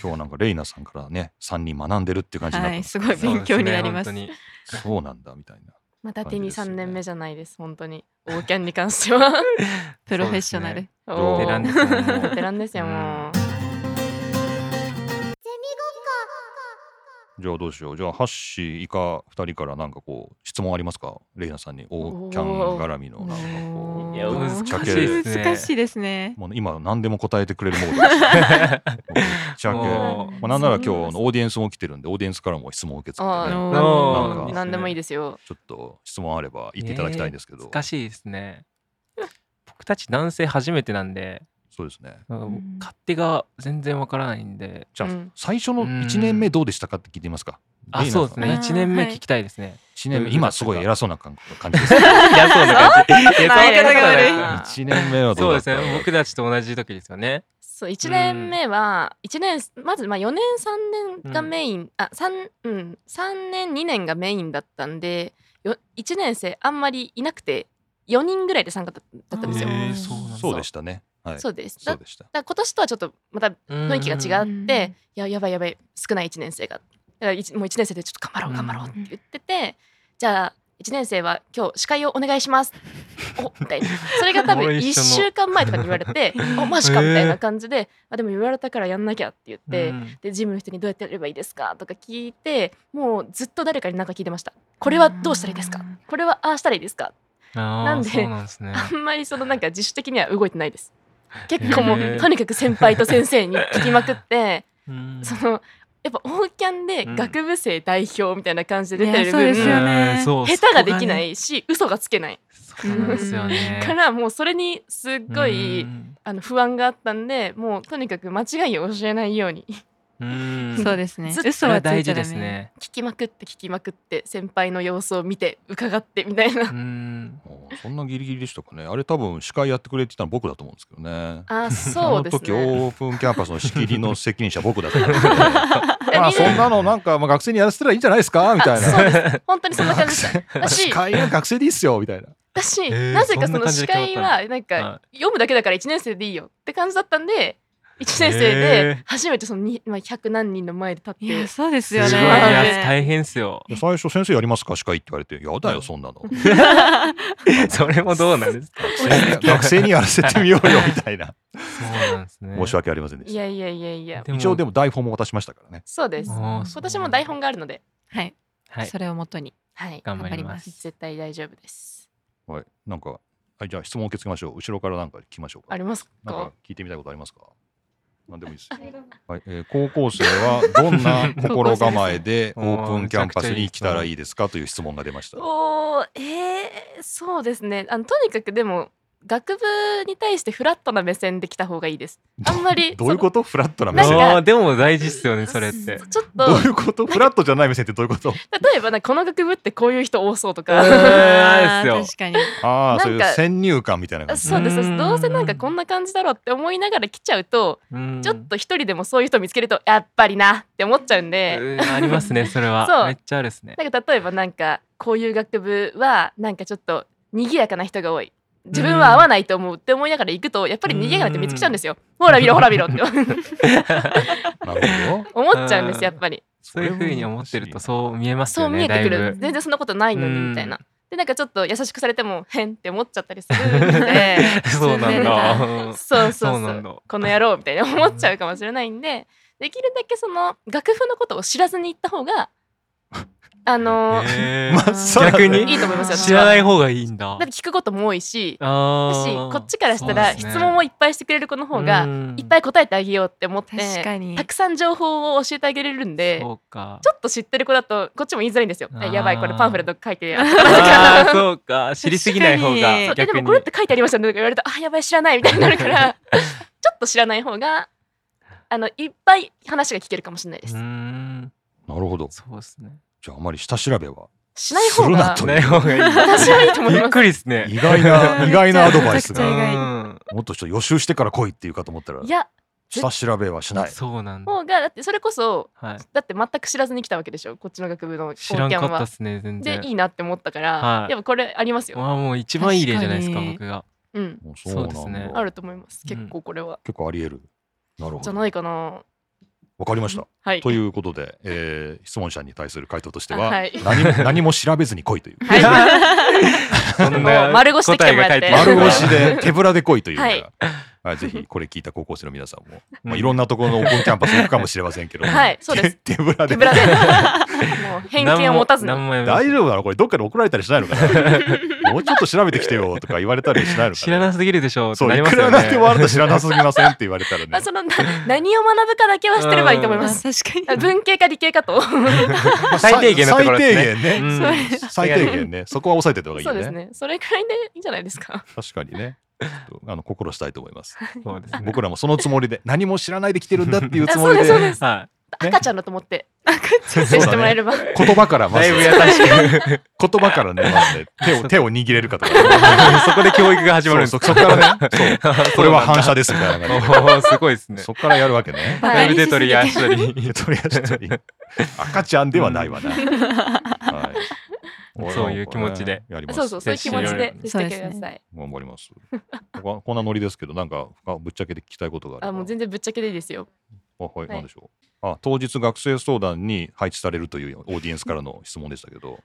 A: 日はなんかレイナさんからね3人学んでるっていう感じになっ
D: は
A: た、
D: いすごい勉強になります
C: そうでね
A: そうなんだみたいな
B: また
A: 感
B: 手
A: じ
B: に
A: ですよね
B: 3年目じゃないです本当にオーキャンに関しては
D: プロフェッショナル
B: おー
A: ベテラン
C: ですよね
B: ベテランですよもう
A: じゃあどうしようじゃあハッシー以下2人からなんかこう質問ありますかレイナさんにオーキャン絡みのなんかこ
B: お
A: う
B: ー
A: い
C: いや
A: ぶっ
C: 難
A: ちゃ
C: し
A: け
C: いですね
D: 難しいですね
A: もう今何でも答えてくれるモードですね ぶっちゃけ、ま
C: も
A: あ、
C: う
A: なんなら今日あのオーディエンスも来てるんでオーディエンスからも質問を受け付けて、ね、
B: あ
A: なんか
B: ー何でもいいですよ
A: ちょっと質問あれば言っていただきたいんですけど、
C: 難しいですね僕たち男性初めてなんで
A: そうですね
D: ん
C: 勝手が全然わからないんで
A: じゃあ、
B: うん
A: 最初の1年目どうでしたかって聞いてみますか
C: あそうです
D: あ
C: ね
D: ー
C: 一年目
D: はい
C: 聞きたいですね
A: 1年目今すごい偉そうな感感じです
C: いやそうな感じいやそんな
B: ない
C: ことないです
B: そんなことない
A: 1年目はど
C: そうう
A: だ
C: で
A: っ
C: す
A: た
C: ね僕たちと同じ時ですよね
B: そう1年目は1年まずまあ4年3年がメイン、あ三うん3年2年がメインだったんでよ1年生あんまりいなくて4人ぐらいで参加だだったんですよ
D: へ。ー
A: そうでしたねはい
B: そうです
A: そ
B: だ
A: う
B: だ
A: でした
B: から今年とはちょっとまた
C: 雰
B: 雰囲気が違って、
D: うん
B: いややばいやばい少ない1年生がだから一もう1年生でちょっと頑張ろう頑張ろうって言ってて、じゃあ1年生は今日司会をお願いしますおみたいなそれが多分
C: もう
B: 1
C: 一緒の
B: 週間前とかに言われておマジかみたいな感じで、あでも言われたからやんなきゃって言って、でジムの人にどうやってやればいいですかとか聞いてもうずっと誰かに何か聞いてましたこれはどうしたらいいですか
D: うん
B: これはああしたらいいですかな
C: なんん
B: で
C: でそうなんですね
B: あんまりそのなんか自主的には動いてない です結構も
C: へ
B: う
C: ー
B: とにかく先輩と先生に聞きまくって
C: うん
B: そのやっぱオーキャンで学部生代表みたいな感じで出て
D: ね
B: る
D: そう
B: 分、
D: ですよね
C: うんそう
B: 下手ができな
C: そこがね
B: いし嘘がつけない
C: そうなんですよね
B: からもうそれにすっごい
C: うん
B: あの不安があったんでもうとにかく間違いを教えないように
C: うん
D: そうですね
B: ずっ。と
D: 嘘はついちゃダメ
C: 大事です。ね
B: 聞きまくって聞きまくって先輩の様子を見て伺ってみたいな
C: うん
A: あーそんなギリギリでしたかねあれ多分司会やってくれって言ったの僕だと思うんですけどね
B: あそうです
A: あ
B: ね
A: の時オープンキャンパスの仕切りの責任者僕だったので まあそんなのなんかまあ学生にやらせたらいいんじゃないです かみたい
B: そう
A: な
B: です本当にそんな 感じでしただし
A: 司会は学生でいいっすよみたいな
B: だし、
C: ー
B: なぜかそ
C: そんな
B: の
C: 感じ
B: 司
C: で決
B: 会
C: まった
B: はなん
C: は
B: か読むだけだから1年生でいいよって感じだったんで1年生で
C: へー
B: 初めてそのに、まあ、100何人の前で立っ
D: いや
B: て
D: そうです
C: すご
D: よ
C: いい
D: ね。
C: や大変っすよ
A: で最初先生やりますか司会って言われてやだよそんなの
C: それもどうなんですか
A: 学生にやらせてみようよみ たいな
C: そうなんですね
A: 申し訳ありませんで
B: い
A: した
B: やいやいやいや
C: でも
A: 一応でも台本も渡しましたからね
B: そうです
C: あーそう
B: 私も台本があるので
D: はい。
C: はい
D: それをもとに
B: はい
C: 頑張り
D: 頑張り
C: ま
D: ますす
B: 絶対大丈夫です
A: はいなんかはいじゃあ質問受け付けましょう後ろからなんか聞きましょうか
B: あります
A: なん
B: か
A: か聞いてみたいことありますかなんでもいいですよはい、えー高校生はどんな心構えでオープンキャンパスに来たらいいですかという質問が出 ました。
B: おーえー、そうですねあのとにかくでも学部に対してフラットな目線で来た方がいいですあんま り
A: どういうことフラットな目
B: なんか
A: 線。
C: あーでも大事っすよねそれって
B: ちょっ
A: どう
B: と
A: いうことフラットじゃない目線ってどういうこ と
B: 例えばなんかこの学部ってこういう人多そうとか
C: あーあれっす
D: 確かに。
A: ああ、そうい
B: な
A: う
B: んか
A: 先入観みたいな感じ。
B: そうですそう
C: う
B: で
C: ん
B: すどうせなんかこんな感じだろうって思いながら来ちゃうと、
C: よ
B: ちょっと一人でもそういう人見つけるとやっぱりなって思っちゃうんで、
C: うんありますねそ れ
B: そう
C: はめっちゃあるっすね
B: なんか例えばなんかこういう学部はなんかちょっと賑やかな人が多い自分は合わないと思うって思いながら行くとやっぱり賑やかな人見つけちゃうんですよ、ほら見ろほら見ろって
A: なるほど。
B: 思っちゃうんですやっぱり
C: そういうふうに思ってるとそう見えます
B: そう
C: よ
B: 見え
C: ねだ
B: て
C: い
B: く
C: ぶ
B: る全然そんなことないの
C: う
B: に
C: ん
B: みたいなでなんかちょっと優しくされても変って思っちゃったりする ので
C: そうなんだ
B: そうそう
C: そ
B: そうう
C: なんだ
B: この野郎みたいに思っちゃうかもしれないんでできるだけその学部のことを知らずに行った方 があの
C: へー
A: まあそうだね
C: 逆に
B: いいと思いますよ
C: 知らない方がいいんだ
B: だって聞くことも多いし
C: あ
B: だし
C: ー
B: こっちからしたら質問をいっぱいしてくれる子の方がいっぱ
C: い
B: い答えてあげようって思って
D: 確かに
B: たくさん情報を教えてあげれるんで
C: そうか
B: ちょっと知ってる子だとこっちも言いづらいんですよ
C: あ。ー
B: えやばいこれパンフレット書いてある
C: あーそうか知りすぎない方
D: 確かに
B: そ
C: が
B: うえで
C: 逆
B: も
C: に
B: これって書いてありましたねとか言われるとあやばい知らないみたいになるから ちょっと知らない方があのいっぱい話が聞けるかもしれないで
C: う
B: す
C: ー。ん
A: なるほど。
C: そうですね
A: じゃあ、あまり下調べは。
B: しない方が
A: す
C: し
A: る
C: ない方がいい
B: 私はいい と思います
C: びっくりですね
A: 意 外な、意外なアドバイス
D: めちゃく
A: が。
D: ちゃ意外
C: うん
A: もっとちょっと予習してから来いっていうかと思ったら
B: い、や
A: 下調べはしない。
C: そうなんだ
B: 方がだってそれこそ
C: はい
B: だって全く知らずに来たわけでしょこっちの学部のオー
C: 知らん
B: キ
C: か
B: ャン
C: ったっ
B: は。
C: すね全
B: でい
C: 然
B: いなって思ったから、
C: はい
B: やっぱこれありますよ。
C: まあもう一番いい例じゃないですか
D: 確か に
C: 僕が
B: うん、
A: もう
C: そうですね
B: あると思います。
C: うん
B: 結構これは、
A: 結構あり得る。なるほ
B: じゃ
A: ど。
B: ないかな。
A: わかりました。
B: はい。
A: ということで、えー質問者に対する回答としては、
B: あはい
A: 何も 何も調べずに来いという。
C: そんな
B: もう丸腰で来てもらって
C: 答えが書
A: 丸
C: いてある
A: 腰で手ぶらで来いというのが、
B: はい
A: はいぜひこれ聞いた高校生の皆さんも、
C: うん
A: まあ、いろんなところのオープンキャンパス行くかもしれませんけども、
B: はいそうです
A: 手手ぶらで
B: 手ぶらで もう偏見を持たずに
C: 何も何もやめます
A: 大丈夫なのこれどっかで怒られたりしないのか なもうちょっと調べてきてよとか言われたりしないのかな
C: 知らなすぎるでしょって
A: そう
C: ないります
A: く
C: よ
A: ら
C: ね
A: なんでもあなた知らなすぎませんって言われたらね
B: あそのな何を学ぶかだけは知ってればいいと思い
D: あ
B: ます。
D: 確かに。
B: あ文系か理系か
A: ま
B: と。
A: あ
C: 最低限のところです
A: 最
C: ね
A: 低限ね、
C: うん
A: 最低限ねそこは抑えてた方がいい
B: そ
A: よ
B: う
A: ね
B: ですね。それくらいでいいんじゃないですか。
A: 確かにねちょっとあの心したいと思います
C: そうですね
A: 僕らもそのつもりで何も知らないで来てるんだっていうつ
B: あ
A: も
B: そう
A: り
B: で
A: です
B: そうです。
C: は
B: 赤ちゃんだと思って
A: そう
B: 接して
A: だ
B: も
A: ね
B: らえれば。
A: 言葉から
C: い
A: ま
C: だ
A: ず
C: いぶ優
A: 言
C: しく
A: 葉からねまずね手を手を握れるかとか
C: そこで教育が始まるんです
A: そうそそっからねそう これは反射
C: で
A: ですみ たいな感
C: おーすごいです
A: じで
C: ね
A: そっからやるわけね
C: だいぶ手取り
D: や
C: 足 取り
A: 手取り足取り 赤ちゃんではないわな、 はい、
C: そういう気持ち で
A: やります
B: そうそうそういう気持ちで接
C: 接
D: してもらえれば
B: してください。
A: 頑張りますここんなノリですけどなんか他ぶっちゃけて聞きたいことがあれば
B: あもう全然ぶっちゃけでいいですよ。
A: あはい、
B: はい
A: なんでしょうあ当日学生相談に配置されるというオーディエンスからの質問でしたけど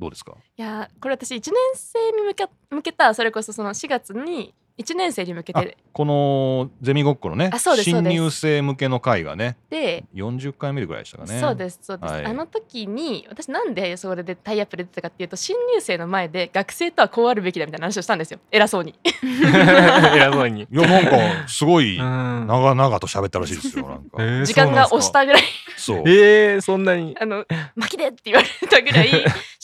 A: どうですか
B: いやーこれ私1年生に向け向けたそれこそその4月に1年生に向け
A: あ
B: て
A: このゼミごっこのね
B: あそうですそ
A: 新
B: うです
A: 入生向けの会がね
B: で、
A: 40回目ぐらいでしたかね
B: そうですそうです、
A: はい
B: あの時に私なんでそれでタイアップで出てたかっていうと新入生の前で学生とはこうあるべきだみたいな話をしたんですよ偉そうに
C: 偉そうに。
A: いやなんかすごい
C: うん
A: 長々と喋ったらしいですよなんか、
C: えー
B: 時間が押し。たぐらい
A: そう
C: えー、そんなに。
B: あの「巻きで!」って言われたぐらい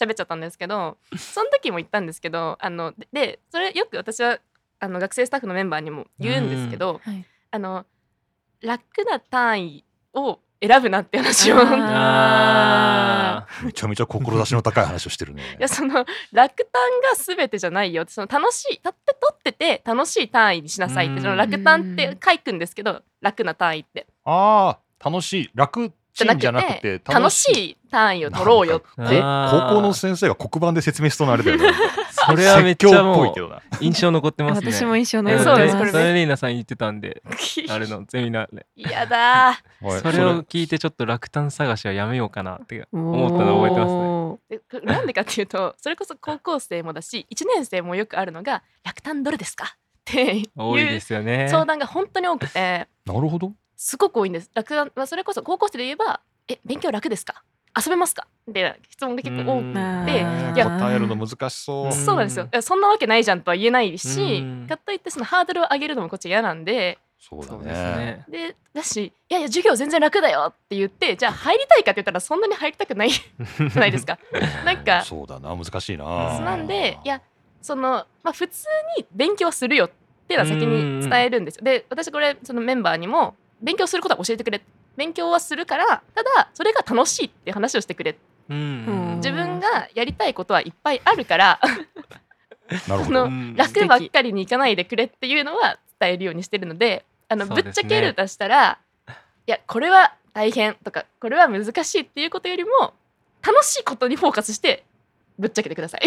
B: 喋っちゃったんですけどその時も言ったんですけどあのででそれよく私はあの学生スタッフのメンバーにも言うんですけど、
D: はい
B: あの楽な単位を選ぶなって話を。
D: あー
C: あー
A: めちゃめちゃ志の高い話をしてる ね
B: いやその落胆が全てじゃないよってその楽しいたって取ってて楽しい単位にしなさいっ
C: う
B: て
C: ん
B: その落胆って書くんですけど楽な単位って
A: あー楽しい楽ち
B: じゃなく
A: ん
B: て
A: じゃなくて
B: 楽し
A: い
B: い単位を取ろうよって
A: こ
C: なんかあー
A: 高校の先生が黒板で説明しそうなあれだよねなんか
C: それはめっちゃ
A: 説教っぽ
C: も
A: いけど
C: う
A: な
C: 印象残ってますね。
D: 私も印象
C: うん
D: 残って
B: そ
D: ま
B: う
D: す
B: ですこれ
C: それリーナさん言ってたんで、あれのゼミナーで。
B: 嫌だ
A: はい
C: それを聞いてちょっと落胆探しはやめようかなって思ったのを覚えてますね。
D: おー
B: でこれなんでかっていうとそれこそ高校生もだし1年生もよくあるのが「落胆どれですか?」ってい
C: 多いで
B: う
C: すよね。
B: 相談が本当に多くて
A: なるほど
B: すごく多いんです落胆、まあ、それこそ高校生で言えば「え勉強楽ですか遊べますか?」って質問が結構多く
C: うん
B: で
D: あー
B: いや
A: 答えるの難しそううん
B: そうなんですよ。いやそんなわけないじゃんとは言えないし、
C: うん
B: かといってそのハードルを上げるのもこっち嫌なんで、
A: そう
C: そうです
A: だね
C: ね。
B: でだし、いやいや授業全然楽だよって言って、じゃあ入りたいかって言ったらそんなに入りたくないじゃない ですか。なんか
A: そうだな難しいな
C: ー
B: なんで、いやそのまあ普通に勉強するよっていうのは先に伝えるんですよ。で、私これそのメンバーにも勉強することは教えてくれ。勉強はするから、ただそれが楽しいって話をしてくれ。
C: うん
B: 自分がやりたいことはいっぱいあるから、
A: なるほ
B: その
A: ど
C: うん
B: 楽ばっかりにいかないでくれっていうのは伝えるようにしてるのであの
C: そう
B: ぶ
C: です
B: っ
C: ね
B: ちゃける出したら、いやこれは大変とかこれは難しいっていうことよりも楽しいことにフォーカスしてぶっちゃけてください。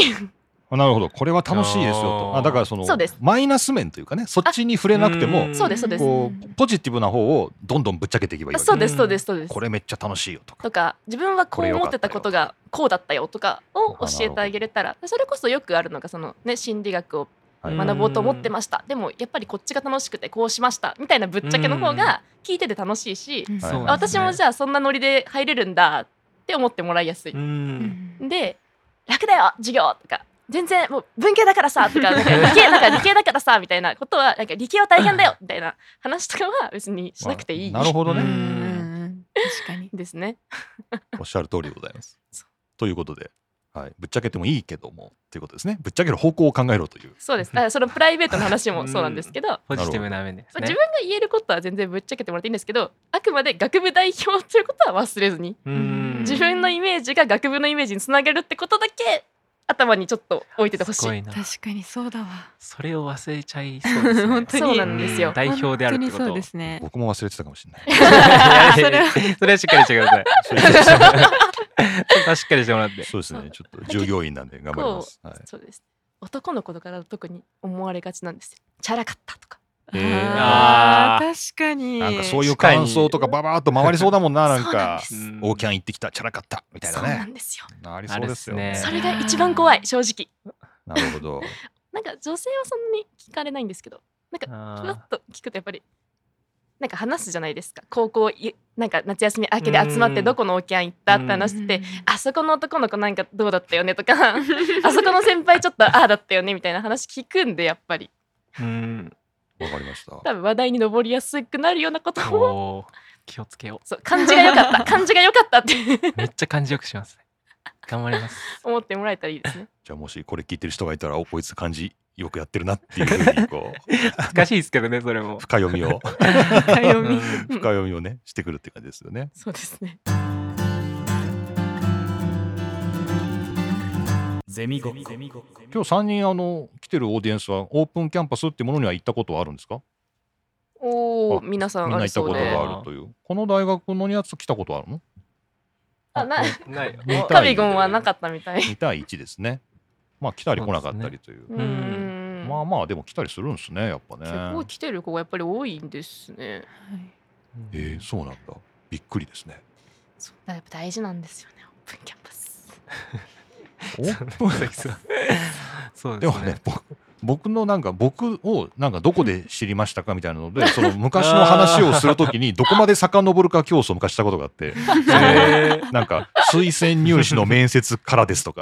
A: あなるほどこれは楽しいですよと
C: あー
A: あだからその
B: そうです
A: マイナス面というかねそっちに触れなくても
C: うん
B: そうですそうです
A: こ
D: う
A: うポジティブな方をどんどんぶっちゃけていけばいい
B: あ
A: わけ
B: そうで
C: う
B: す
C: ん
B: そうですそうです
A: こ。れめっちゃ楽しいよとか
B: とか自分はこ
A: これ
B: う
A: 良かっ
B: 思った
A: よ
B: てたことがこうだったよとかを教えてあげれたらそれこそよくあるのがその、ね、心理学を
A: はい
B: 学ぼうと思ってましたでもやっぱりこっちが楽しくてこうしましたみたいなぶっちゃけの方が聞いてて楽しいし、
D: うん
A: はい
C: そう
B: あ私もじ
C: ゃ
B: ゃあそんなノリで入れるんだって思ってもらいやすい。で楽だよ授業とか全然もう文系だからさとかなんか理系だから理系だからさみたいなことはなんか理系は大変だよみたいな話とかは別にしなくていい
A: なるほど
D: うんう
A: ね
D: んうん確かに
B: ですね。
A: おっしゃる通りでございます
B: そ。
A: ということで、はい、ぶっちゃけてもいいけどもということですねぶっちゃける方向を考えろという
B: そうです。あそのプライベートの話もそうなんですけど、
C: ポジティブな面です
B: そう
C: ね
B: 自分。が言えることは全然ぶっちゃけてもらっていいんですけどあくまで学部代表ということは忘れずに
C: うん
B: 自分のイメージが学部のイメージにつなげるってことだけ頭にちょっと置いててほし
C: すご
B: い。
C: いな。
D: 確かにそうだわ
C: それを忘れちゃいそうですね。
D: 本当に
B: そうなんですよ
C: う代表であるってこと。
D: 本当にそうですね
A: 僕も忘れてたかも しれない
C: いやいやいや
D: そ
C: それはしっかりしてください。
A: そうですね
C: そこはしっかりしてもらって。
A: そうですねちょっと従業員なんで頑張ります、はい、
B: そうです男の子だから特に思われがちなんですよチャラかったとか
A: えー
D: あ
C: あ
D: ー確かに
A: なんかそういう感想とかババーっと回りそうだもんななん
B: そうなん
A: か
B: です
C: うん
A: オーキャン行ってきたチャラかったみたいな
B: そうな
A: ね
B: んですよ
A: ありそうですよ
C: あれっす
B: そ
C: ね
B: れが一番怖い正直
A: なるほど
B: なんか女性はそんなに聞かれないんですけど
C: あ
B: ち
C: ー
B: ょっと聞くとやっぱりなんか話すじゃないですか高校いなんか夏休み明けで集まっ
C: う
B: て
C: ん
B: どこのオーキャン行ったって話してて、あそこの男の子なんかどうだったよねとかあそこの先輩ちょっとああだったよねみたいな話聞くんでやっぱり
C: うん。
A: わかりました
B: 多分話題に上りやすくなるようなこと
C: お
B: を
C: ー気をつけよ
B: そう感じが良かった感じが良かったって
C: う。めっちゃ感じよくしますね。頑張ります。
B: 思ってもらえたらいいですね。
A: じゃあもしこれ聞いてる人がいたらおこいつ漢字よくやってるなっていうふうにこう
C: 難しいですけどね、それも。
A: 深読みを
D: 読み
C: うん
A: 深読みをねしてくるって感じですよね
B: そうですね
F: ゼミごっこ
A: 今日三人あの来てるオーディエンスはオープンキャンパスってものには行ったことはあるんですか
B: おお
A: あ
B: 皆さ
A: みん
B: ん
A: な行
B: あ
A: っ
B: り
A: た
B: そ
A: こ
B: う
A: と
B: で
A: があるというこの大学のやつ来たことあるの
B: あな
C: ない。
A: 見た
B: カ
A: い
B: ビゴンはなかったみたい。
A: 2対1ですねまあ来たり来なかったりという
B: う
C: うん
B: ん
A: まあまあでも来たりするんですねやっぱね
B: 結構来てる子がやっぱり多いんですね。
A: えー、そうなんだびっくり ですね
B: そうだからやっぱ大事なんですよねオープンキャンパス。
A: お
C: そうですね。そう
A: で
C: で
A: も
C: す
A: ね
C: ね。
A: 僕僕のなんか僕をなんかどこで知りましたかみたいなの でその昔の話をするときにどこまで遡るか競争を昔したことがあ ってその
C: へ
A: なんか推薦入試の面接からですとか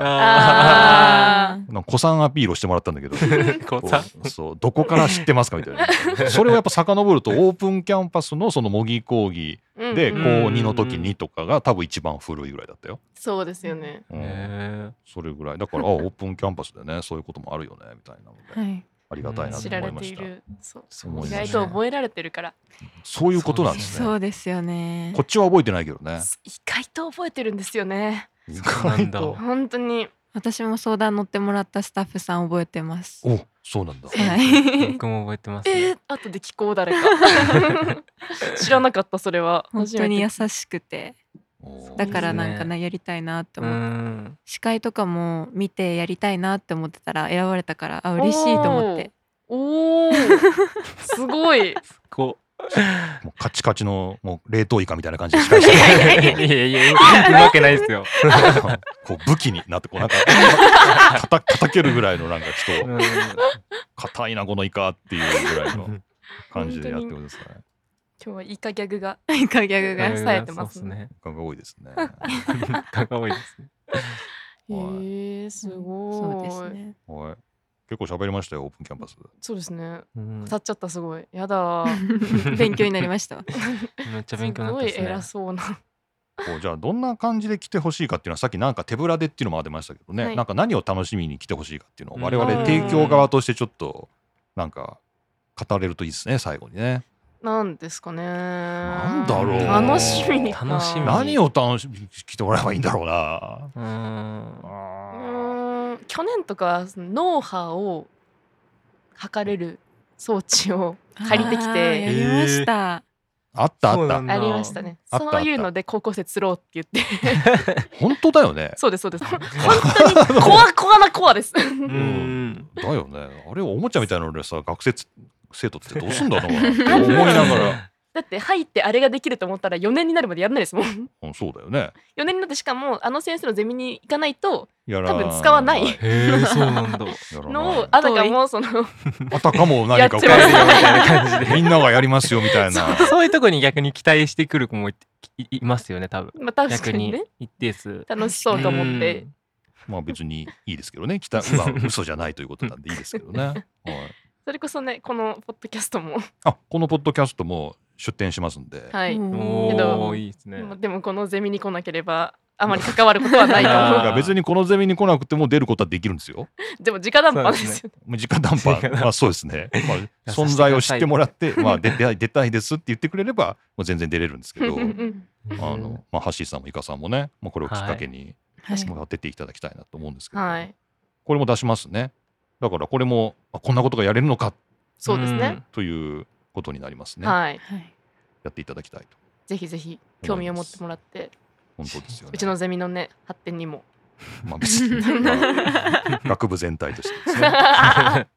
A: な
C: あ
A: んか古参アピールをしてもらったんだけど
C: ーこうさ
A: こうそうどこから知ってますかみたいなそれをやっぱ遡るとオープンキャンパスのその模擬講義で
B: う
A: 高
B: んうん
C: こう
A: 2の時にとかが多分一番古いぐらいだったよ、
B: そうですよね。
A: うん
C: へ
A: それぐらいだからあオープンキャンパスでねそういうこともあるよねみたいなので、
D: はい。
A: ありがたいなと
B: 知ら
A: 思い
B: れ
A: ま
B: てい
A: した
B: る。そう
C: ー
A: 思い
B: 意
A: ま
B: 外
A: した
B: と覚えられてるから、
A: そういうことなんですね
D: そうですよね
A: こ。っちは覚えてないけどね
B: 意外と覚えてるんですよね。
A: 意
C: うなん
A: 外
C: だ
A: と
B: 本当に。
D: 私も相談乗ってもらったスタッフさん覚えてます。
A: おそうなんだ
D: はい。
C: 僕も覚えてます、
B: え
C: ね
B: ー、後で聞こう誰か。知らなかったそれは。
D: 本当に優
B: 初
D: しくて、
A: お
D: だからなんか
C: そうです
D: なやりたいなって
C: う
D: 思って、
C: ん
D: 司会とかも見てやりたいなって思ってたら選ばれたからあ嬉しいと思って。
B: おおー。すごい。
C: こ
A: もうカチカチのもう冷凍イカみたいな感じで司会して
C: ういやいやいやわけないですよ、
A: こう武器になってこうなんか たた叩けるぐらいのなんかちょっと
C: うん
A: 硬いなこのイカっていうぐらいの感じでやってるんですね。
B: 今日はイカギャグが。
D: イカギャグ
B: が
D: が。
B: 冴えてます
C: そうっね
A: イカが多いですね。
C: かが多いですね
B: へえ
A: はい
B: ー、すご
D: そう
B: い。
D: です。ね。
A: はい。結構喋りましたよオープンキャンパス。
B: そうですね。
C: うん
B: 語っちゃったすごい。やだー。
D: 勉強になりました。
C: めっちゃ勉強になった
B: すご
C: です
B: い
C: ね
B: 偉そうな。
A: こうじゃあどんな感じで来てほしいかっていうのはさっきなんか手ぶらでっていうのも出ましたけどね、
B: はい
A: なんか何を楽しみに来てほしいかっていうのを
C: うん
A: 我々提供側としてちょっとなんか語れるといいですね最後にね。
B: なんですかね。なん
A: だろう
B: 楽しみか
C: 楽しみ
B: う
A: 何を楽しみに来てもらえばいいんだろうな。
C: うん
A: あー
B: ーん去年とかその脳波を測れる装置を 借りてき
D: あーや
B: て
D: りました。
A: あったあ
C: そう
A: っ
C: な
A: た
C: んだ
B: ありましたね。
A: あったあった
B: そういうので高校生釣ろうって言って、
A: 本当だよね。
B: そうですそうです。本当にコアコアなコアです。
C: うん
A: だよねあれおもちゃみたいなのでさ学生つ生徒ってどうすんだろうなって思いなが ら、
B: だって入ってあれができると思ったら4年になるまでやらないですもん。4
A: うん、そうだよね。
B: 年になってしかもあの先生のゼミに行かないと
A: やら
B: 多分使わない
A: や
C: へえそうなんだ
A: らない
B: のをあたかもその
A: あたかも何かを
B: やってます
A: みんながやりますよみたいな。
C: そういうとこに逆に期待してくる子もいいいますよね多分
B: まあ確か
C: 逆
B: に
C: に
B: ね
C: 一定数
B: 楽しそうと思って
A: まあ別にいいですけどね。 来たまあ嘘じゃないということなんでいいですけどね。はい、
B: それこそねこのポッドキャストも
A: あこのポッドキャストも出展しますんで、
B: はい。
D: うん
C: うん
B: け
C: お
B: ど
C: ーいいですね
B: でもでもこのゼミに来なければあまり関わることはないと
A: い
B: 思
C: あ
A: や
C: ー
A: 別にこのゼミに来なくても出ることはできるんですよ。
B: うでも直談判ですよね
A: もう直談判
C: 直談判
A: まあそうですね、まあ、
C: 優しく
A: 存在を知ってもらってまあ出出出たいですって言ってくれればもう全然出れるんです けど。
B: うんうん
C: うん
A: あのまあ、ハッシーさんもイカさんもね、まあ、これをきっかけに、
D: はい
A: もう出ていただきたいなと思うんですけど、
B: はい
A: これも出しますねだからこれもあこんなことがやれるのか
B: そうですね、
A: ということになりますね、
B: はい
D: はい。
A: やっていただきたいと
B: ぜひぜひ興味を持ってもらって
A: 本当ですよね
B: うちのゼミのね発展にも
A: まあ、別に、まあ学部全体としてですね
B: 楽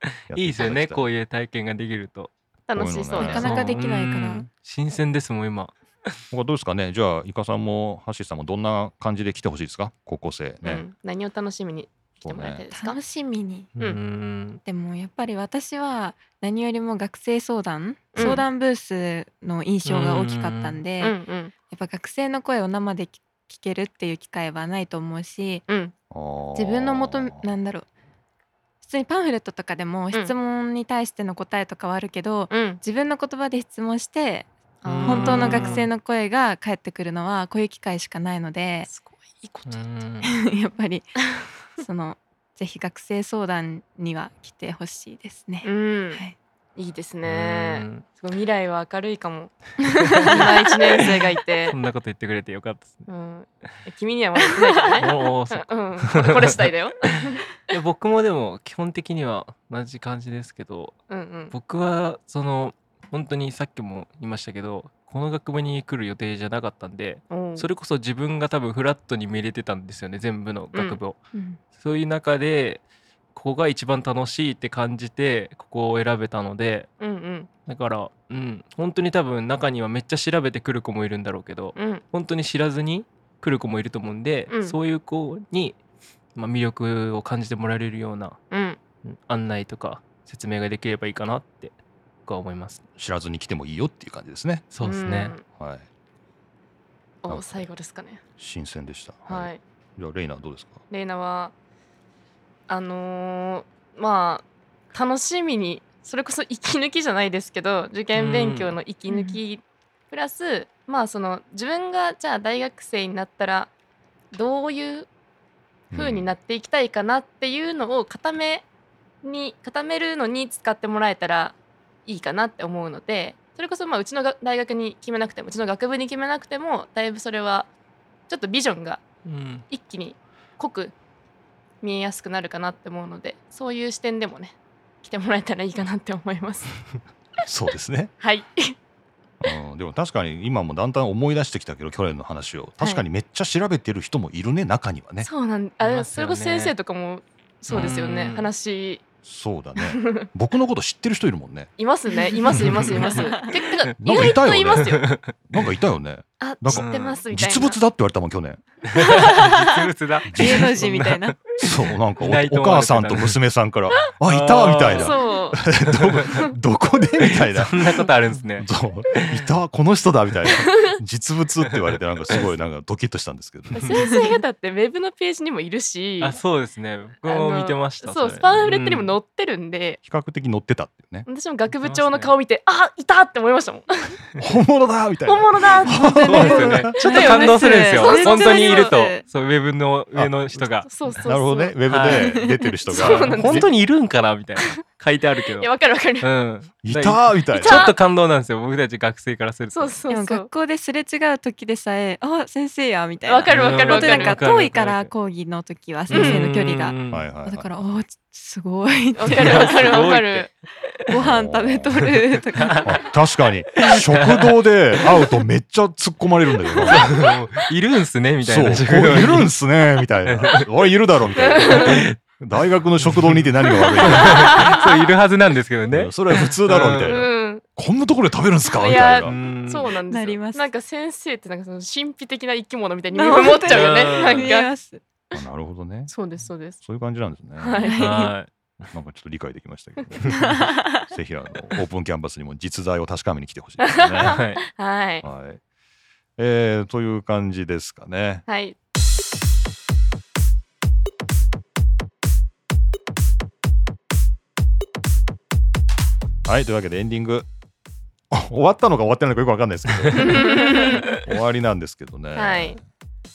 C: いいですよねこ
A: いう
C: いう体験ができると
B: しそう
A: こういうのねな
B: です
A: かなか
D: できないから
C: うん新鮮ですもん今
A: どうですかねじゃあイカさんもハッシーさんもどんな感じで来てほしいですか高校生
B: う
A: ね、
B: ん何を楽しみに来
A: そ
B: て
A: う
B: もらいたい
A: ね
B: ですか
D: 楽しみに。
B: うん
C: うん
D: でもやっぱり私は何よりも学生相談、
B: うん
D: 相談ブースの印象が大きかったんで、
B: うんう
D: や
B: ん
D: っぱ学生の声を生で聞聞けるっていう機会はないと思うし
B: うん
A: あー
D: 自分の求めなんだろう普通にパンフレットとかでも質問に対しての答えとかはあるけど、
B: うん
D: 自分の言葉で質問して
B: あー
D: 本当の学生の声が返ってくるのはこういう機会しかないので
B: すごいいいこ
C: う
B: とだ
C: ん
D: やっぱりそのぜひ学生相談には来てほしいですね。
B: うん
D: はい
B: いいです
C: う
B: ね
C: ん
B: すごい未来は明るいか も今一年生がい て
C: そんなこと言ってくれてよかったですね
B: うん君にはまだ言ってないけど ね
C: おーおーそう
B: うん、これこれ次第だよ。
C: いや僕もでも基本的には同じ感じですけど
B: うんうん。
C: 僕はその本当にさっきも言いましたけどこの学部に来る予定じゃなかったんで
B: うん
C: それこそ自分が多分フラットに見れてたんですよね全部の学部を、
D: うん
C: そういう中でここが一番楽しいって感じてここを選べたので
B: うんうん
C: だからうん本当に多分中にはめっちゃ調べてくる子もいるんだろうけど
B: うん
C: 本当に知らずに来る子もいると思うんで、
B: うん
C: そういう子に、まあ、魅力を感じてもらえるような
B: うん
C: うん案内とか説明ができればいいかなって僕は思います。
A: 知らずに来てもいいよっていう感じですね。
C: そうですね。
A: はい、
B: うん。お最後ですかね。
A: 新鮮でした。
B: はい
A: い。。じゃあレイナどうですか。
B: レイナはあのーまあ楽しみにそれこそ息抜きじゃないですけど受験勉強の息抜きプラス、まあその自分がじゃあ大学生になったらどういう風になっていきたいかなっていうのを固めに固めるのに使ってもらえたらいいかなって思うのでそれこそまあうちのが大学に決めなくてもうちの学部に決めなくてもだいぶそれはちょっとビジョンが
C: うん。
B: 一気に濃く見えやすくなるかなって思うのでそういう視点でもね来てもらえたらいいかなって思います
A: そうですね。
B: はい
A: うん、でも確かに今もだんだん思い出してきたけど去年の話を確かにめっちゃ調べてる人もいるね中にはね。
B: そうなんあ
C: いますよね
B: それこそ先生とかもそうですよね
C: うん
B: 話
A: そうだね。僕のこと知ってる人いるもん ね。
B: いますねいますいますいます 結構意外といますよ
A: なんかいたよね。
B: あ
A: か
B: 知ってますみたいな
A: 実物だって言われたもん去 年。
C: 実物だ。
D: 芸能人みたいな
A: そうなんかお
C: いないと
A: お
C: 思
A: 母
C: われてた
A: さんと娘さんから「あいた」みたいな
B: そう
A: 「どどこで?」みたい な
C: そんなことあるんですね。
A: そういたこの人だみたいな実物って言われてなんかすごいなんかドキッとしたんですけど、
B: 先生方ってウェブのページにもいるし
C: あ、そうですね。僕も見てました。
B: そう
C: れ
B: スパンフレットにも載ってるんで、
A: 比較的乗ってたっていうね
B: 私も学部長の顔見て、あいたって思いましたもん
A: 本物だみたいな
B: 本物だって思って
C: うんそうですよね。ちょっと感動するんですよ。
B: そう
C: 本当にいると
D: めっちゃいま、
C: そうウェブの上の人 が。
B: そうそうそう
A: なるほどねウェブで出てる人
B: そうなん
A: が
B: ですよ
A: 本当
C: 本当
A: に
C: にいるんかなみたいな書いてあるけど。
B: いやわかるわ かる
C: うん。
A: いたみたいな
B: い
C: ちょっと感動なんですよ。僕たち学生からすると。
B: そうそう
D: で
B: そ
D: も
B: う
D: 学校ですれ違う時でさえあ先生やみたいな
B: わかるわかるわ
D: 本当
B: か
D: に
B: る
D: なんか
C: わかるわか
D: 遠
C: る
D: いから講義の時は先生の距離が、
C: うん
A: はいはいはい
D: だからおちすごいって
B: わかるわかるわかる。
D: ご飯食べとるとか
A: あ確かに食堂で会うとめっちゃ突っ込まれるんだけどな
C: いるんすねみたい
A: そう
C: な。
A: 「おいるんすね」みたいな「俺いるだろ」みたいな大学の食堂にいて何が悪いんだ
C: そういるはずなんですけどね
A: よ。それは普通だろみたいうなんこんなところで食べるんすかみたいな
B: ういそうなんですよ
D: なります
B: なんか先生ってなんかその神秘的な生き物みたい に思っちゃうよ
C: うん
B: ね
D: 見
B: な
D: え
B: んか
D: ます
A: あなるほどね
B: そうですそうです
A: そういう感じなんですね。
B: はい
C: は
A: なんかちょっと理解できましたけど、ね、ぜひあのオープンキャンパスにも実在を確かめに来てほしいですね。
C: い。
A: は
C: はい。
B: はい
A: い。えー、という感じですかね。
B: はい
A: はい、というわけでエンディング。終わったのか終わってないのかよくわかんないですけど、 終わりなんですけどね。
B: はい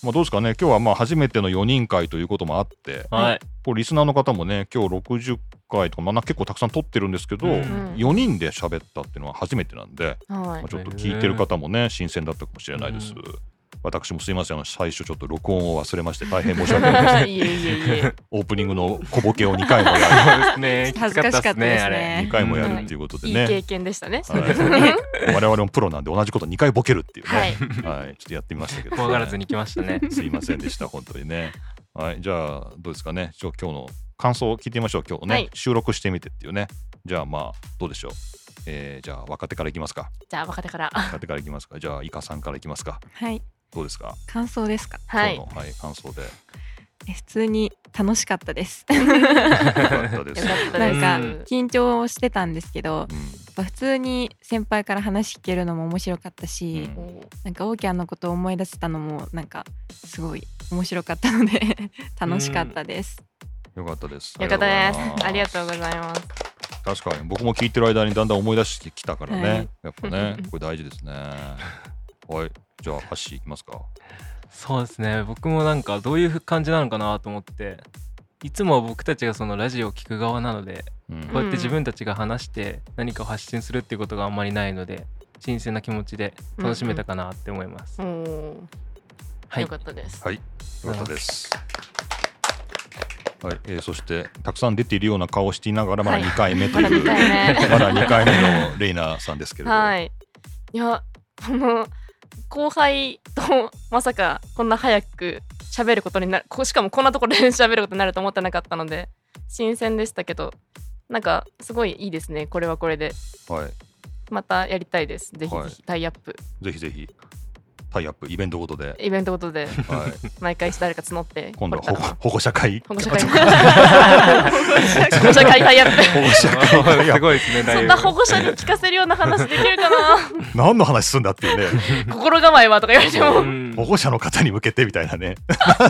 A: まあどうですかね、今日はまあ初めての4人会ということもあって、
C: はい。
A: こうリスナーの方もね、今日60回とか、まあ、な結構たくさん撮ってるんですけど、
C: うん
A: 4人で喋ったっていうのは初めてなんで、
B: はい
A: まあ、ちょっと聞いてる方もね、新鮮だったかもしれないです。
C: うん
A: 私もすいません、あの最初ちょっと録音を忘れまして、大変申し 訳ないです。
B: いえいえいえ
A: オープニングの小ボケを2回もや
C: そうですね。
D: 恥ずかしかったですね
C: きあれ
A: る、2回もやるっていうことで
B: いい経
A: ね。
B: 験でしたね
A: はい 我々もプロなんで同じこと2回ボケるっていう
B: はい
A: ね。はい、ちょっとやってみましたけど。
C: 怖がらずに来ましたね。
A: すいませんでした、本当にね。はい、じゃあ、どうですかね、ちょ今日の感想を聞いてみましょう、今日ね、
B: はい
A: 収録してみてっていうね。じゃあ、まあ、どうでしょう。えーじゃあ、若手からいきますか。
B: じゃあ若手から
A: 若手からいきますか。じゃあ、イカさんからいきますか。
D: はい
A: どうですか。
D: 感想ですか
B: はい
A: 今日の、はい、感想 で。よ
D: え普通に楽しかったです
A: かったです。
B: よかった
D: な
B: で
D: ん
B: す
C: う
D: か
C: ん
D: 緊張してたんですけどやっぱ普通に先輩から話聞けるのも面白かった
A: うん
D: し、
A: うん
D: なんかオーキャンのことを思い出せたのもなんかすごい面白かったので 楽しかったです、
A: よかったです。
B: よかったですありが
A: う
B: とうございます
A: ございます。確かに僕も聞いてる間にだんだん思い出してきたからね。
D: はい
A: やっぱ ね、これ大事ですね。はい、じゃあハッシーいきますか。
C: そうですね僕もなんかどういう感じなのかなと思っていつもは僕たちがそのラジオを聞く側なので
A: うん
C: こうやって自分たちが話して何かを発信するっていうことがあんまりないので新鮮な気持ちで楽しめたかなって思います、
B: おー
C: はい
B: よかったです
A: はい、よかったです。はい、えーそしてたくさん出ているような顔をしていながらまだ
B: はい
A: 2回目と
B: まだ
A: い
B: 2
A: う、
B: 回目
A: まだ2回目のレイナさんですけれども、
B: はい。いや、この後輩とまさかこんな早く喋ることになる、こしかもこんなところで喋ることになると思ってなかったので、新鮮でしたけど、なんかすごいいいですね、これはこれで。
A: はい、
B: またやりたいです。ぜひぜ
A: はい
B: ひタイアップ。
A: ぜひぜひタイアップイベントごとで、
B: イベントごと
A: は
B: で
A: い、
B: 毎回誰か募っ て
A: 今度は
B: これ
A: 保
B: から
A: 護保護者会
B: 保護者会 保護者会タイアップ
A: 保護者会 タイアッ
C: すごいですね、だ
B: そん
C: いぶ
B: な保護者に聞かせるような話できるか な
A: プ何の話すんだっていうね
B: 心構えはとか言われて
C: う
B: も
C: ん
A: 保護者の方に向けてみたいなね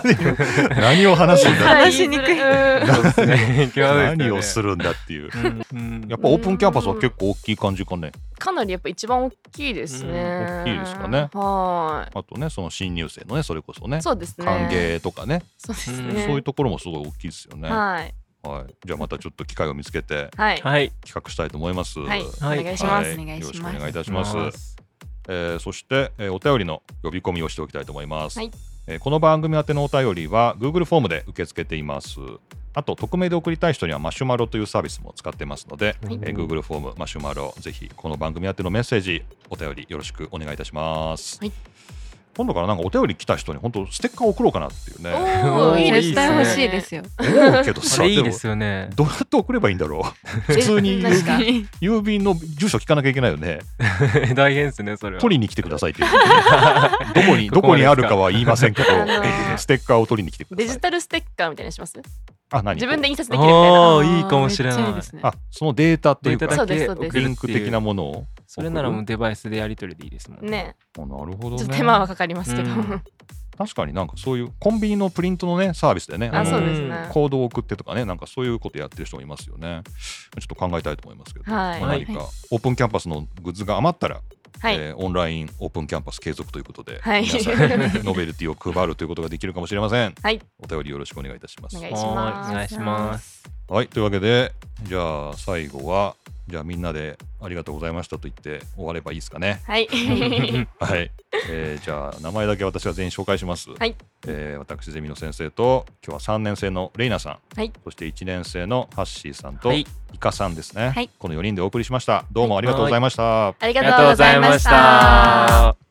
A: 何を話すんだ
D: 話しにくい
B: うん
C: そうです ね際ど
A: 何を
C: いですよね
A: するんだっていう
C: うんう ん
A: やっぱオープンキャンパスは結構大きい感じかね
B: かなりやっぱ一番大きいですね、
A: うん大きいですかね
B: は
A: あとねその新入生のねそれこそね
B: いそうですね
A: 歓迎とかね
B: そうです
A: そう
B: ね、
A: いうところもすごい大きいですよねは
B: はい
A: い、じゃあまたちょっと機会を見つけて
B: はい
C: はい。
A: 企画したいと思います
B: はい
C: はい
B: お願いします、
A: は
D: お願い
A: よろ
D: し
A: しくお
D: ます
A: 願いいたします、
C: す。
A: えーそして、えーお便りの呼び込みをしておきたいと思います、
B: はい
A: えーこの番組宛てのお便りは Google フォームで受け付けていますあと匿名で送りたい人にはマシュマロというサービスも使ってますので、
B: はい
A: えー Google フォームマシュマロぜひこの番組宛てのメッセージお便りよろしくお願いいたします、
B: はい
A: 今度からなんかお便り来た人に本当ステッカー送ろうかなっていうね
B: お
C: お
B: ー
C: ー
B: いいですね
D: 絶対欲しいですよ。
A: 思うけど
C: あ
A: さ
C: れいい
A: も
C: ですよね。
A: どうやって送ればいいんだろう普通に
D: 確か
B: に
A: 郵便の住所聞かなきゃいけないよね
C: 大変ですね、それは。
A: 取りに来てくださいっていう どこにどこにあるかは言いませ んけど
B: あのー
A: ステッカーを取りに来てくだ
B: デ
A: さ
B: ジ
A: い
B: タルステッカーみたいにします
A: あ何
B: 自分で印刷できるみたいな
C: ああ、いいかもしれな
D: めっちゃい
C: い。
D: ですね
A: あそのデータと
C: デ
A: い
C: ー
A: う
C: タ
A: か
B: そう
C: だ
B: です
C: け
B: そうです
A: リンク的なものを
C: それならもうデバイスでやり取りでいいですもん
B: ね
A: あなるほど
B: ちょっと
A: ね
B: 手間はかかりますけど、
C: うん
A: 確かになんかそういうコンビニのプリントのねサービスでね
B: あ
A: の
B: そうですね
A: コードを送ってとかねなんかそういうことやってる人もいますよねちょっと考えたいと思いますけど、
B: はい
A: まあ何かオープンキャンパスのグッズが余ったら、
B: はい、
A: えーオンラインオープンキャンパス継続ということで、
B: はい
A: 皆さん にノベルティを配るということができるかもしれません
B: はい
A: お便りよろしくお願いいたします
B: お願いしま
C: は
B: す
C: いお願いします。
A: はい、というわけで、じゃあ最後は、じゃあみんなでありがとうございましたと言って終わればいいですかね。
B: はい
A: はい、えーじゃあ名前だけ私は全員紹介します。
B: はい
A: えー私ゼミの先生と、今日は3年生のレイナさん、
B: はい
A: そして1年生のハッシーさんと、
C: はい
A: イカさんですね、
D: はい
A: この4人でお送りしました。どうもありがとうございました。
B: ありがとうございました。
C: ありがとうございました